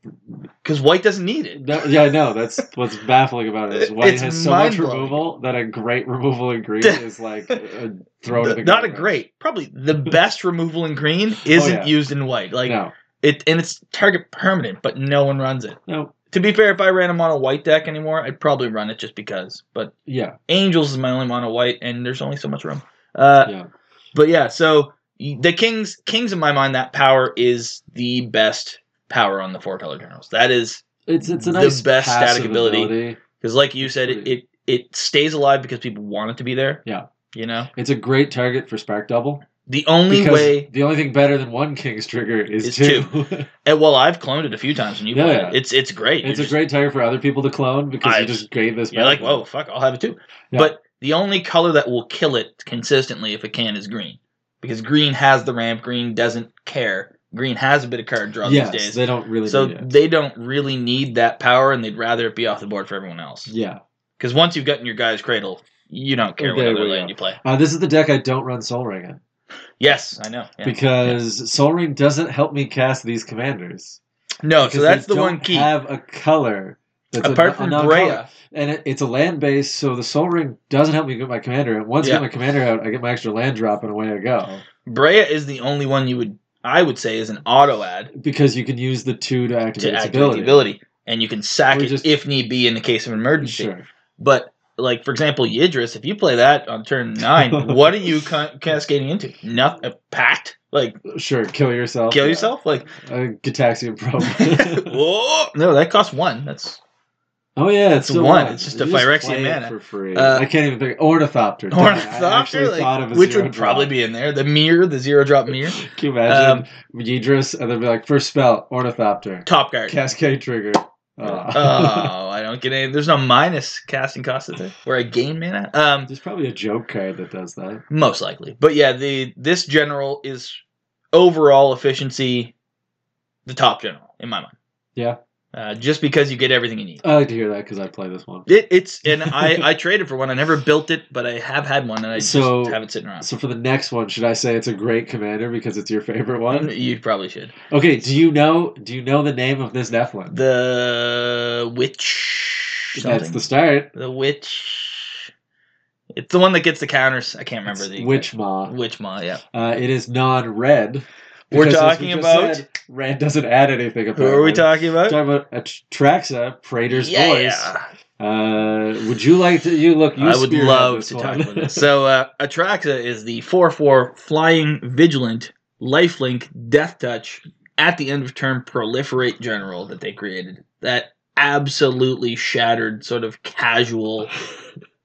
A: because white doesn't need it.
B: no, yeah I know that's what's baffling about it is white
A: It's
B: has so much
A: mind-blowing.
B: removal that a great removal in green is like a throw to the
A: Not a
B: garbage. Oh,
A: great, probably the best removal in green isn't
B: yeah.
A: used in white. Like
B: no
A: it, and it's target permanent, but no one runs it.
B: no
A: To be fair, if I ran a mono white deck anymore, I'd probably run it just because. But
B: yeah
A: Angels is my only mono white, and there's only so much room. Uh,
B: yeah
A: But yeah, so y- the Kings, Kings in my mind, that power is the best power on the four color generals. That is
B: it's it's a
A: the
B: nice
A: best static
B: passive
A: ability. because, like you said, it, it it stays alive because people want it to be there.
B: Yeah.
A: you know,
B: It's a great target for spark double.
A: the only
B: because
A: way.
B: the only thing better than one king's trigger is,
A: Is
B: two.
A: And, well, I've cloned it a few times, and you
B: Yeah,
A: play
B: yeah.
A: it. It's it's great.
B: It's
A: You're
B: a
A: just-
B: great target for other people to clone because
A: I-
B: you just gave this.
A: You're
B: back.
A: like, whoa, fuck, I'll have it too.
B: Yeah.
A: But the only color that will kill it consistently, if it can, is green. Because green has the ramp, green doesn't care. Green has a bit of card draw
B: Yes,
A: these days.
B: they don't really.
A: So
B: need it.
A: they don't really need that power, and they'd rather it be off the board for everyone else.
B: yeah,
A: Because once you've gotten your guy's cradle, you don't care what
B: There
A: other
B: we
A: land
B: go.
A: you play.
B: uh, this is the deck I don't run Soul Ring in
A: Yes, I know. yeah.
B: because Soul Ring doesn't help me cast these commanders.
A: no, Oh, so
B: Because
A: that's
B: they
A: the one
B: don't
A: key.
B: Have a color that's a-
A: Apart
B: a
A: from
B: non-color.
A: Brea,
B: and it, it's a land base, so the Soul Ring doesn't help me get my commander. And once I
A: Yeah. Oh.
B: get my commander out, I get my extra land drop, and away I go.
A: Brea is the only one you would, I would say, is an auto ad
B: Because you can use the two to activate,
A: to
B: its
A: activate
B: ability.
A: the ability, and you can sack
B: Or
A: it
B: just-
A: if need be in the case of emergency.
B: Sure.
A: But like for example, Yidris, if you play that on turn nine, what are you ca- cascading into? Nothing. Pact. uh, Like
B: Sure, kill yourself.
A: kill yourself? Like
B: Uh, Gataxian Pro.
A: whoa. No, that costs one. That's
B: oh yeah, it's
A: It's
B: still
A: one.
B: on.
A: It's just a
B: You
A: Phyrexian
B: play it
A: mana.
B: for free.
A: Uh,
B: I can't even think. Ornithopter. Damn, I actually
A: Ornithopter, like,
B: thought of a
A: which
B: zero
A: would probably
B: drop.
A: be in there. The mirror, the zero drop mirror.
B: Can you imagine Um, Yidris and then be like first spell Ornithopter,
A: Top guard.
B: Cascade Trigger.
A: Uh.
B: Uh, Aw.
A: oh, I don't get any. There's no minus casting cost is there, or I gain mana. Um,
B: There's probably a joke card that does that.
A: most likely, but yeah, the this general is overall efficiency, the top general in my mind.
B: Yeah.
A: Uh, just because you get everything you need.
B: I like to hear that because I play this one.
A: It, it's and I I traded for one. I never built it, but I have had one, and I
B: So-
A: just have it sitting around.
B: So for the next one, should I say it's a great commander because it's your favorite one?
A: You probably should.
B: Okay. Do you know? Do you know the name of this Nephilim?
A: The witch.
B: That's
A: Something.
B: the start.
A: the witch. It's the one that gets the counters. I can't remember
B: It's
A: the
B: Witch Maw.
A: Witch Ma, yeah.
B: Uh, it is non-red.
A: We're
B: because as
A: talking
B: just
A: about-
B: red doesn't add anything.
A: Who are we
B: apparently.
A: talking about?
B: Talking about Atraxa, Praetor's
A: Yeah.
B: voice. Uh, would you like to? You look. You
A: I would
B: spearhead
A: love
B: this
A: to
B: one.
A: talk about this. So, uh, Atraxa is the 4 4 flying vigilant lifelink death touch at the end of turn proliferate general that they created. That absolutely shattered sort of casual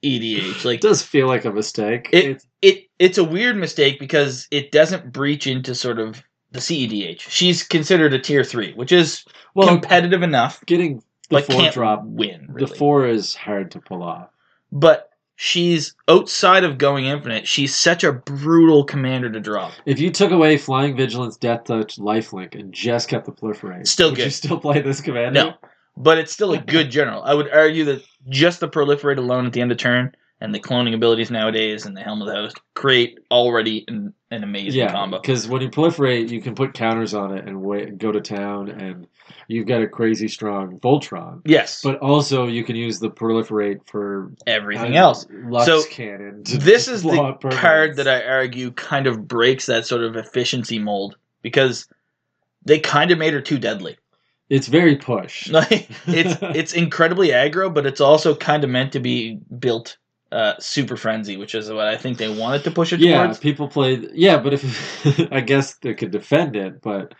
A: EDH. Like,
B: it does feel like a mistake.
A: It-
B: It's-
A: it it's a weird mistake because it doesn't breach into sort of the CEDH. She's considered a tier three, which is
B: well,
A: competitive enough,
B: getting the
A: but
B: 4
A: can't
B: drop.
A: win.
B: The
A: really.
B: four is hard to pull off.
A: but she's outside of going infinite. She's such a brutal commander to drop.
B: If you took away Flying Vigilance, Death Touch, Lifelink, and just kept the Proliferate,
A: Still
B: would
A: good.
B: you still play this commander?
A: No, but it's still a good general. I would argue that just the proliferate alone at the end of turn and the cloning abilities nowadays and the helm of the host create already an, an amazing
B: Yeah,
A: combo.
B: because when you proliferate, you can put counters on it and wait, go to town, and you've got a crazy strong Voltron.
A: Yes,
B: But also, you can use the proliferate for
A: everything
B: uh,
A: else.
B: Lux
A: So,
B: Cannon. to
A: this is
B: blow
A: the
B: up
A: card
B: permanents.
A: that I argue kind of breaks that sort of efficiency mold because they kind of made her too deadly.
B: It's very push.
A: Like it's it's incredibly aggro, but it's also kind of meant to be built uh, super frenzy, which is what I think they wanted to push it
B: yeah,
A: towards.
B: people play. Yeah, but if I guess they could defend it, but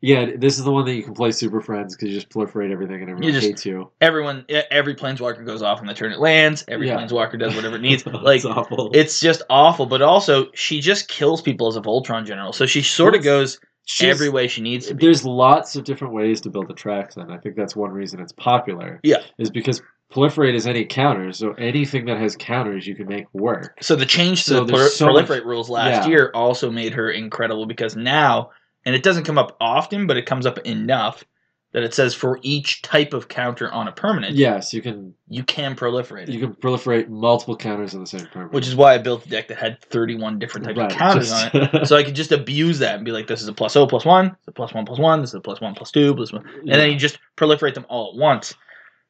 B: yeah, this is the one that you can play Super Friends because you just proliferate everything and everyone
A: just-
B: hates you.
A: Everyone, e- every planeswalker goes off on the turn it lands. Every
B: Yeah.
A: planeswalker does whatever it needs. Like
B: it's awful.
A: it's just awful. But also, she just kills people as a Voltron general, so she sort of
B: Well,
A: goes
B: She's-
A: every way she needs to be.
B: There's lots of different ways to build a track, and I think that's one reason it's popular.
A: Yeah.
B: is because proliferate is any counters, so anything that has counters you can make work.
A: So the change to
B: So
A: the
B: there's
A: pro-
B: so
A: proliferate
B: much-
A: rules last
B: yeah.
A: year also made her incredible because now, and it doesn't come up often, but it comes up enough that it says for each type of counter on a permanent,
B: Yes, you can
A: you can proliferate it.
B: you can proliferate multiple counters on the same permanent,
A: which is why I built a deck that had 31 different types of counters on it.
B: it.
A: So I could just abuse that and be like, this is a plus O plus one, this is a plus one plus one, this is a plus one plus two, plus one. And then you just proliferate them all at once.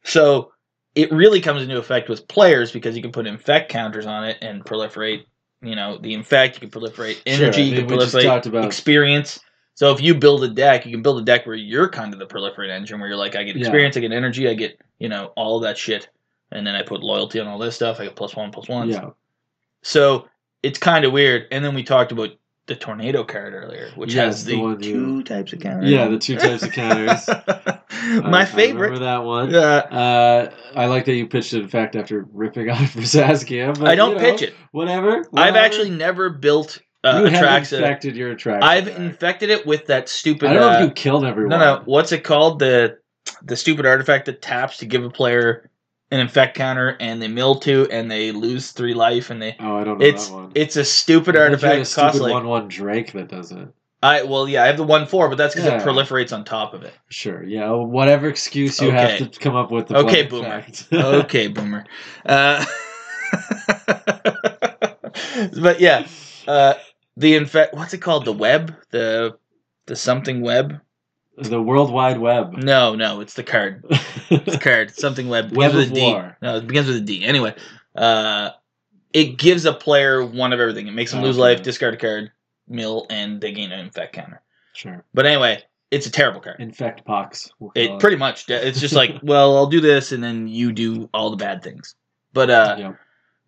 A: So it really comes into effect with players because you can put infect counters on it and proliferate, you know, the infect, you can proliferate energy, you can
B: we just
A: proliferate
B: talked about
A: experience. So if you build a deck, you can build a deck where you're kind of the proliferate engine where you're like, I get
B: Yeah.
A: experience, I get energy, I get, you know, all that shit. And then I put loyalty on all this stuff, I get plus one, plus one.
B: yeah,
A: So it's kind of weird. And then we talked about the tornado card earlier, which
B: Yes,
A: has
B: the
A: the,
B: one
A: two
B: you-
A: types of counters.
B: yeah, the two types of counters. I-
A: My
B: I
A: favorite.
B: remember that one.
A: Uh,
B: Uh, I like that you pitched it. In fact, after ripping on for Saskia, but,
A: I don't
B: you know,
A: pitch it.
B: Whatever.
A: I've
B: whatever.
A: actually never built uh,
B: you have
A: Atraxa.
B: infected your attraction.
A: I've
B: there.
A: infected it with that stupid.
B: I don't know
A: uh,
B: if you killed everyone.
A: No, no. What's it called? The the stupid artifact that taps to give a player an infect counter, and they mill two, and they lose three life, and they.
B: Oh, I don't know
A: It's
B: that one.
A: it's a stupid
B: I thought you had
A: artifact.
B: a
A: It costs
B: stupid
A: like
B: one-one Drake that does it.
A: I well yeah I have the one four, but that's because
B: Yeah.
A: it proliferates on top of it.
B: Sure. Yeah. Whatever excuse you
A: Okay.
B: have to come up with. To
A: Okay,
B: play
A: boomer.
B: fact.
A: Okay, boomer. Uh, but yeah, uh, the infect. What's it called? The web. The the something web.
B: the World Wide Web.
A: No, no, it's the card. It's the card. Something web.
B: Web
A: Begins with a
B: of
A: D.
B: War.
A: No, it begins with a D. Anyway, uh, it gives a player one of everything. It makes them lose
B: Okay.
A: life, discard a card, mill, and they gain an infect counter.
B: sure.
A: But anyway, it's a terrible card.
B: Infect pox. we'll
A: It
B: call
A: pretty much. It's just like, well, I'll do this, and then you do all the bad things. But uh,
B: Yep.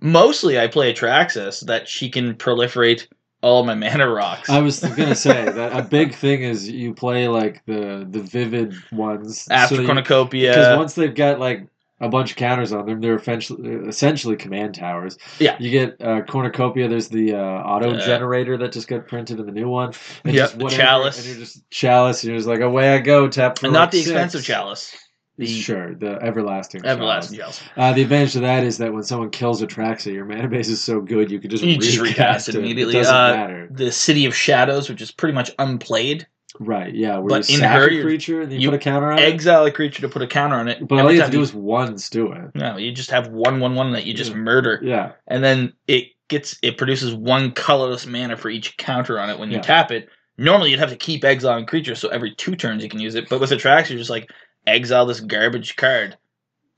A: mostly I play Atraxas that she can proliferate all my mana rocks.
B: I was gonna say that a big thing is you play like the the vivid ones.
A: After
B: Because
A: Cornucopia.
B: once they've got like a bunch of counters on them, they're essentially essentially command towers.
A: Yeah.
B: You get uh, cornucopia. There's the uh, auto
A: Uh,
B: generator that just got printed in the new one. And
A: Yep,
B: just
A: the
B: whatever,
A: chalice.
B: And you're just chalice. And you're just like away I go. Tap. For
A: and
B: like
A: not the
B: six.
A: expensive chalice. The
B: Sure, the everlasting.
A: everlasting chalice.
B: chalice. Uh, the advantage of that is that when someone kills Atraxa, your mana base is so good you can just
A: You just recast it immediately.
B: It doesn't
A: Uh,
B: matter.
A: The City of Shadows, which is pretty much unplayed.
B: Right? Yeah. Where
A: but
B: you
A: in
B: sack
A: her,
B: a
A: you're-
B: creature and then you,
A: you
B: put a counter on it.
A: Exile a creature to put a counter on it.
B: But all
A: Every
B: you have
A: time
B: to do
A: you-
B: is once do it.
A: no, you just have one one one that you just
B: Yeah.
A: murder,
B: Yeah.
A: and then it gets it produces one colorless mana for each counter on it when you
B: Yeah.
A: tap it. Normally, you'd have to keep exiling creatures, so every two turns you can use it. But with attracts, you're just like exile this garbage card,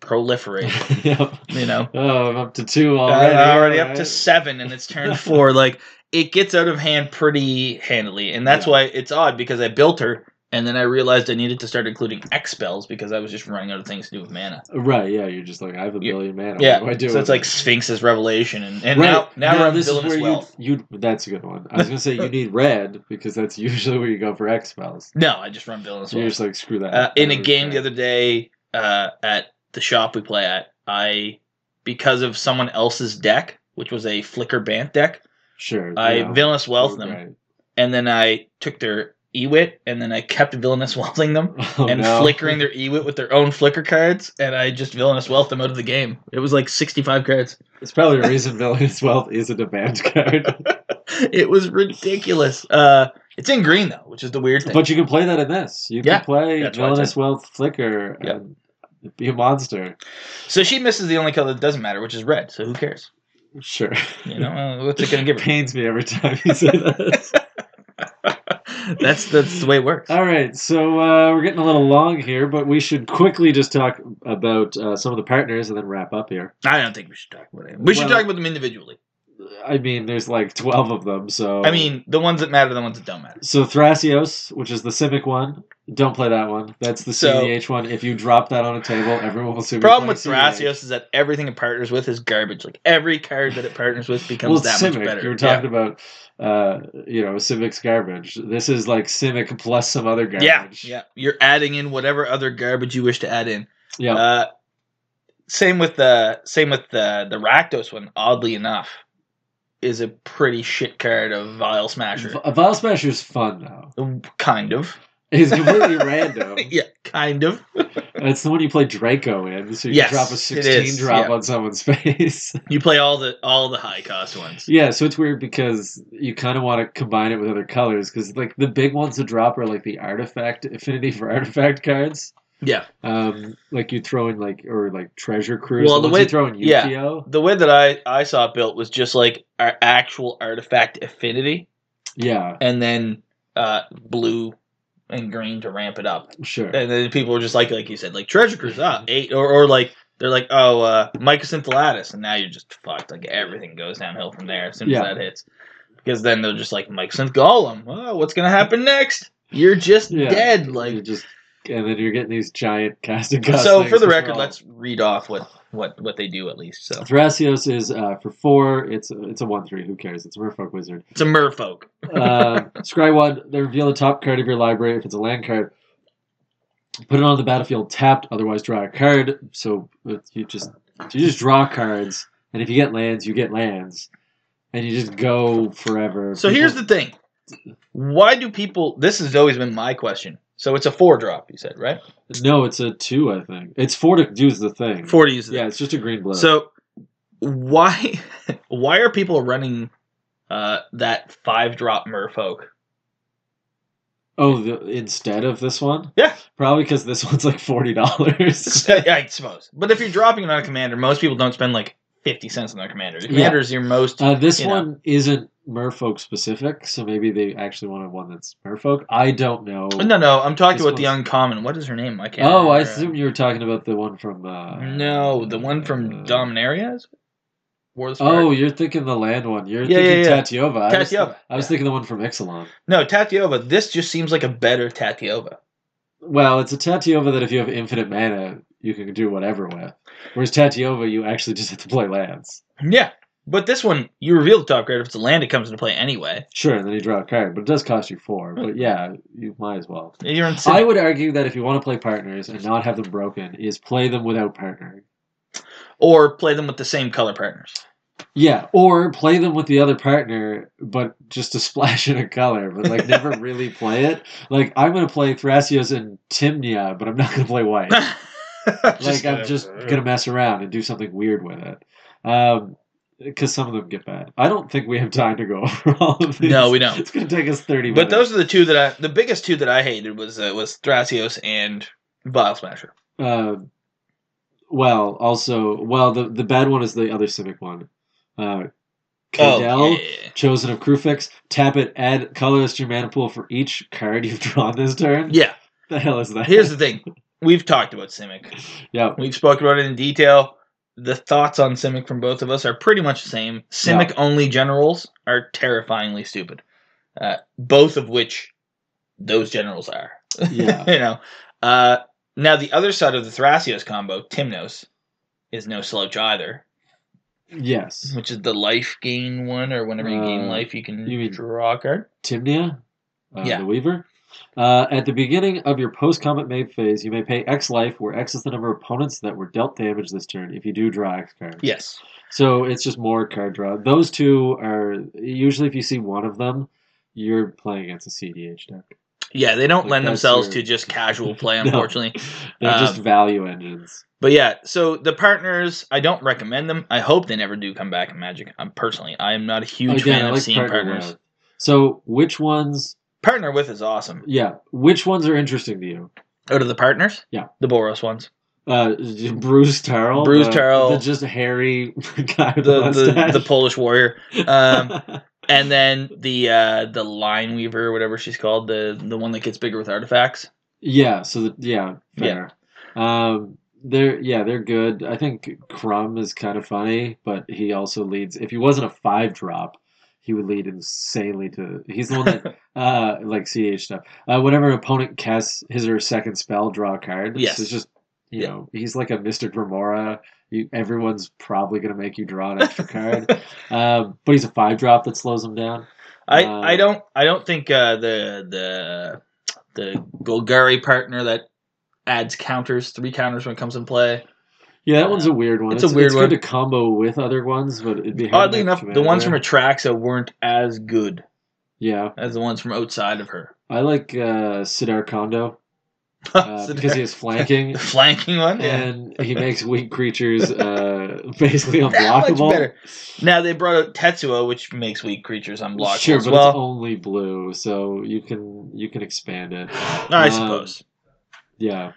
A: proliferate.
B: yep.
A: you know,
B: Oh, I'm up to two already.
A: already, Uh, already up to
B: alright.
A: seven and it's turned four. Like it gets out of hand pretty handily, and that's
B: Yeah.
A: why it's odd because I built her and then I realized I needed to start including X spells because I was just running out of things to do with mana.
B: Right, yeah, you're just like, I have a
A: You-
B: billion mana.
A: yeah,
B: what do I do
A: so it's
B: with
A: like
B: it?
A: Sphinx's Revelation, and, and
B: Right,
A: now now, we're
B: this is
A: building
B: where
A: this wealth.
B: you you that's a good one. I was gonna say you need red because that's usually where you go for X spells.
A: No, I just run building this
B: So you're
A: wealth.
B: just like oh, screw that.
A: Uh, in a game the other day uh, at the shop we play at, I because of someone else's deck, which was a Flicker Bant deck,
B: sure.
A: I
B: yeah,
A: villainous wealth
B: okay.
A: them. and then I took their Ewit, and then I kept villainous wealthing them
B: Oh,
A: and
B: no.
A: flickering their Ewit with their own flicker cards, and I just villainous wealth them out of the game. It was like sixty-five cards.
B: It's probably a reason villainous wealth is a demand card.
A: It was ridiculous. Uh, it's in green though, which is the weird thing.
B: but you can play that in this. You
A: Yeah,
B: can play
A: that's what I said.
B: villainous wealth flicker
A: Yeah.
B: and be a monster.
A: so she misses the only color that doesn't matter, which is red. So who cares?
B: Sure.
A: You know, uh, what's it gonna give her?
B: Pains me every time you say that.
A: that's that's the way it works.
B: All right, so uh, we're getting a little long here, but we should quickly just talk about uh, some of the partners and then wrap up here.
A: I don't think we should talk about it. We should
B: Well-
A: talk about them individually.
B: I mean, there's like 12 of them, so.
A: I mean, the ones that matter, the ones that don't matter.
B: So Thrasios, which is the Simic one, don't play that one. That's the
A: So-
B: CDH one. If you drop that on a table, everyone will assume.
A: The problem with
B: you're playing CDH.
A: Thrasios is that everything it partners with is garbage. Like every card that it partners with becomes
B: Well, it's
A: that
B: Simic.
A: much better.
B: You were talking about, uh, you know, Simic's garbage. This is like Simic plus some other
A: yeah.
B: garbage.
A: Yeah, yeah. You're adding in whatever other garbage you wish to add in.
B: Yeah.
A: Uh, same with the same with the the Rakdos one. Oddly enough, is a pretty shit card of Vile Smasher.
B: V- Vile Smasher's fun though.
A: kind of.
B: It's completely random.
A: Yeah, kind of.
B: That's the one you play Draco in, so you
A: Yes,
B: can drop a
A: it
B: 16
A: is,
B: drop
A: yeah.
B: on someone's face.
A: You play all the all the high cost ones.
B: yeah, so it's weird because you kind of want to combine it with other colors because, like, the big ones to drop are like the artifact affinity for artifact cards.
A: Yeah.
B: Um, like you throw in like or like treasure cruise.
A: Well,
B: the,
A: the
B: ones
A: way-
B: you throw in
A: yeah.
B: Yu-Gi-Oh.
A: The way that I I saw it built was just like our actual artifact affinity.
B: Yeah,
A: and then uh, blue and green to ramp it up.
B: sure.
A: And then people were just like, like you said, like Treasure Cruise, ah, eight, or, or like they're like, oh, uh, Mycosynthilatus, and now you're just fucked. Like everything goes downhill from there as soon
B: Yeah.
A: as that hits, because then they're just like Mycosynth Golem. Oh, what's gonna happen next? You're just
B: Yeah.
A: dead.
B: you
A: Like
B: just and then you're getting these giant casting. cost
A: so. For
B: things
A: the
B: as
A: record,
B: well.
A: let's read off what what what they do at least. So
B: Thrasios is uh, for four. It's it's a one three. Who cares? It's a Merfolk wizard.
A: it's a Merfolk.
B: uh, scry one. They reveal the top card of your library if it's a land card. Put it on the battlefield tapped. Otherwise, draw a card. So it's- you just you just draw cards, and if you get lands, you get lands, and you just go forever.
A: So here's the thing. Why do people? This has always been my question. So it's a four drop. You said right?
B: the no. It's a two. I think it's four to do is the thing.
A: Four to use. the-
B: Yeah, it's just a green blue.
A: So why why are people running uh, that five drop Merfolk?
B: oh, the, instead of this one.
A: Yeah.
B: Probably because this one's like forty dollars.
A: I suppose. But if you're dropping it on a commander, most people don't spend like fifty cents on their commander. The
B: Yeah.
A: commander is your most
B: Uh, this
A: you know.
B: one isn't Merfolk specific, so maybe they actually wanted one that's Merfolk. I don't know.
A: no, no. I'm talking
B: This
A: about the
B: one's-
A: uncommon. What is her name? I can't.
B: oh, I
A: remember.
B: assume you were talking about the one from. Uh,
A: No, the one from
B: uh,
A: Dominaria. Is it? War of the
B: Oh,
A: Spark?
B: you're thinking the land one. You're
A: Yeah,
B: thinking
A: yeah, yeah.
B: Tatiova. I was,
A: Tatiova,
B: I was
A: yeah.
B: thinking the one from Exelon.
A: no, Tatiova. This just seems like a better Tatiova.
B: Well, it's a Tatiova that if you have infinite mana, you can do whatever with. Whereas Tatiova, you actually just have to play lands.
A: Yeah, But this one, you reveal the top card. If it's a land, it comes into play anyway.
B: Sure, and then you draw a card, but it does cost you four.
A: Hmm.
B: But yeah, you might as well.
A: And You're in
B: I would argue that if you want to play partners and not have them broken, is play them without partnering.
A: or play them with the same color partners.
B: Yeah, or play them with the other partner, but just to splash in a color, but like never really play it. Like I'm gonna play Thrasios and Timnia, but I'm not gonna play white. like I'm just gonna mess around and do something weird with it. Um 'cause because some of them get bad. I don't think we have time to go over all of these.
A: No, we don't.
B: It's gonna take us thirty
A: But
B: minutes.
A: those are the two that I, the biggest two that I hated was uh, was Thrasios and Vile Smasher.
B: uh, well, also, well, the the bad one is the other civic one. Uh, Cadell,
A: Oh, yeah, yeah,
B: chosen of Crufix, tap it, add colorless to your mana pool for each card you've drawn this turn.
A: yeah.
B: The hell is
A: Yeah.
B: that?
A: Here's the thing: we've talked about Simic.
B: yeah,
A: We've spoken about it in detail. The thoughts on Simic from both of us are pretty much the same. Simic only generals are terrifyingly stupid. Uh, both of which those generals are.
B: yeah,
A: you know. Uh, now the other side of the Thrasios combo, Timnos, is no slouch either,
B: yes.
A: which is the life gain one, or whenever you gain
B: Uh,
A: life, you can
B: you mean-
A: draw a card.
B: Timnia, uh,
A: Yeah.
B: the Weaver. Uh, at the beginning of your post combat made phase, you may pay X life, where X is the number of opponents that were dealt damage this turn. If you do draw X cards,
A: Yes.
B: So it's just more card draw. Those two are usually if you see one of them, you're playing against a CDH deck.
A: Yeah, they don't
B: Like,
A: lend
B: that's
A: themselves
B: your-
A: to just casual play,
B: No.
A: unfortunately.
B: They're just
A: Um,
B: value engines.
A: But yeah, so the partners, I don't recommend them. I hope they never do come back in Magic. I'm personally, I am not a huge
B: Again,
A: fan
B: I
A: of
B: like
A: seeing
B: partner
A: partners.
B: round. So which ones?
A: Partner with is awesome.
B: Yeah, which ones are interesting to you?
A: Out of the partners,
B: Yeah.
A: the Boros ones,
B: Uh, Bruce Tarl.
A: Bruce
B: the,
A: Tarl.
B: the just hairy guy
A: the
B: with the,
A: the,
B: mustache.
A: the Polish warrior, um, and then the uh, the line weaver, or whatever she's called, the the one that gets bigger with artifacts.
B: yeah. So the, yeah,
A: Yeah.
B: fair. Um, they're yeah, they're good. I think Crumb is kind of funny, but he also leads. If he wasn't a five drop, he would lead insanely to. He's the one that uh, like CDH stuff. Uh, whenever an opponent casts his or her second spell, draw a card.
A: Yes.
B: So it's just you
A: Yeah.
B: know he's like a Mister Grimoire. You, everyone's probably gonna make you draw an extra card, um, but he's a five drop that slows him down.
A: I,
B: Uh,
A: I don't I don't think uh, the the the Golgari partner that adds counters three counters when it comes in play.
B: Yeah, that one's a weird one.
A: Uh, It's a weird
B: it's
A: one.
B: good to combo with other ones, but it'd be hard to
A: Oddly
B: make
A: enough, the
B: commander.
A: ones from Atraxa weren't as good
B: yeah,
A: as the ones from outside of her.
B: I like uh, Sidar Kondo uh,
A: So
B: because he
A: the,
B: has flanking
A: the flanking one, Oh, yeah.
B: and he makes weak creatures uh, basically
A: That much
B: unblockable.
A: better. Now they brought out Tetsuo, which makes weak creatures unblockable
B: Sure,
A: as
B: but it's
A: well.
B: only blue, so you can you can expand it.
A: I
B: um,
A: suppose.
B: Yeah.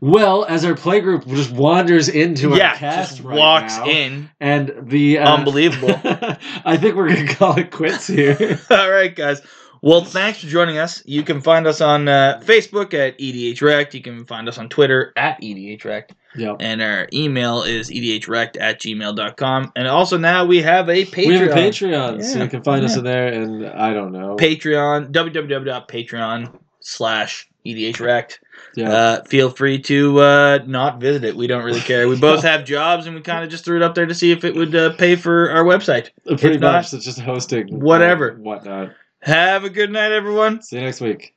B: Well, as our playgroup just wanders into
A: yeah,
B: our cast
A: just
B: right
A: walks
B: now,
A: in.
B: and the uh,
A: Unbelievable.
B: I think we're gonna call it quits here.
A: All right, guys. Well, thanks for joining us. You can find us on uh, Facebook at EDHRect. You can find us on Twitter at E EDHRect.
B: yep.
A: And our email is E edhrect at gmail.com. And also now we have a Patreon.
B: We have a Patreon, so
A: Yeah,
B: you can find us
A: yeah.
B: in there. And I don't know.
A: Patreon, www.patreon slash E edhrect.
B: yeah.
A: Uh, feel free to uh, not visit it. We don't really care. We both have jobs, and we kind of just threw it up there to see if it would uh, pay for our website.
B: Pretty
A: If not,
B: much, it's just hosting.
A: whatever.
B: Whatnot.
A: Have a good night, everyone.
B: See you next week.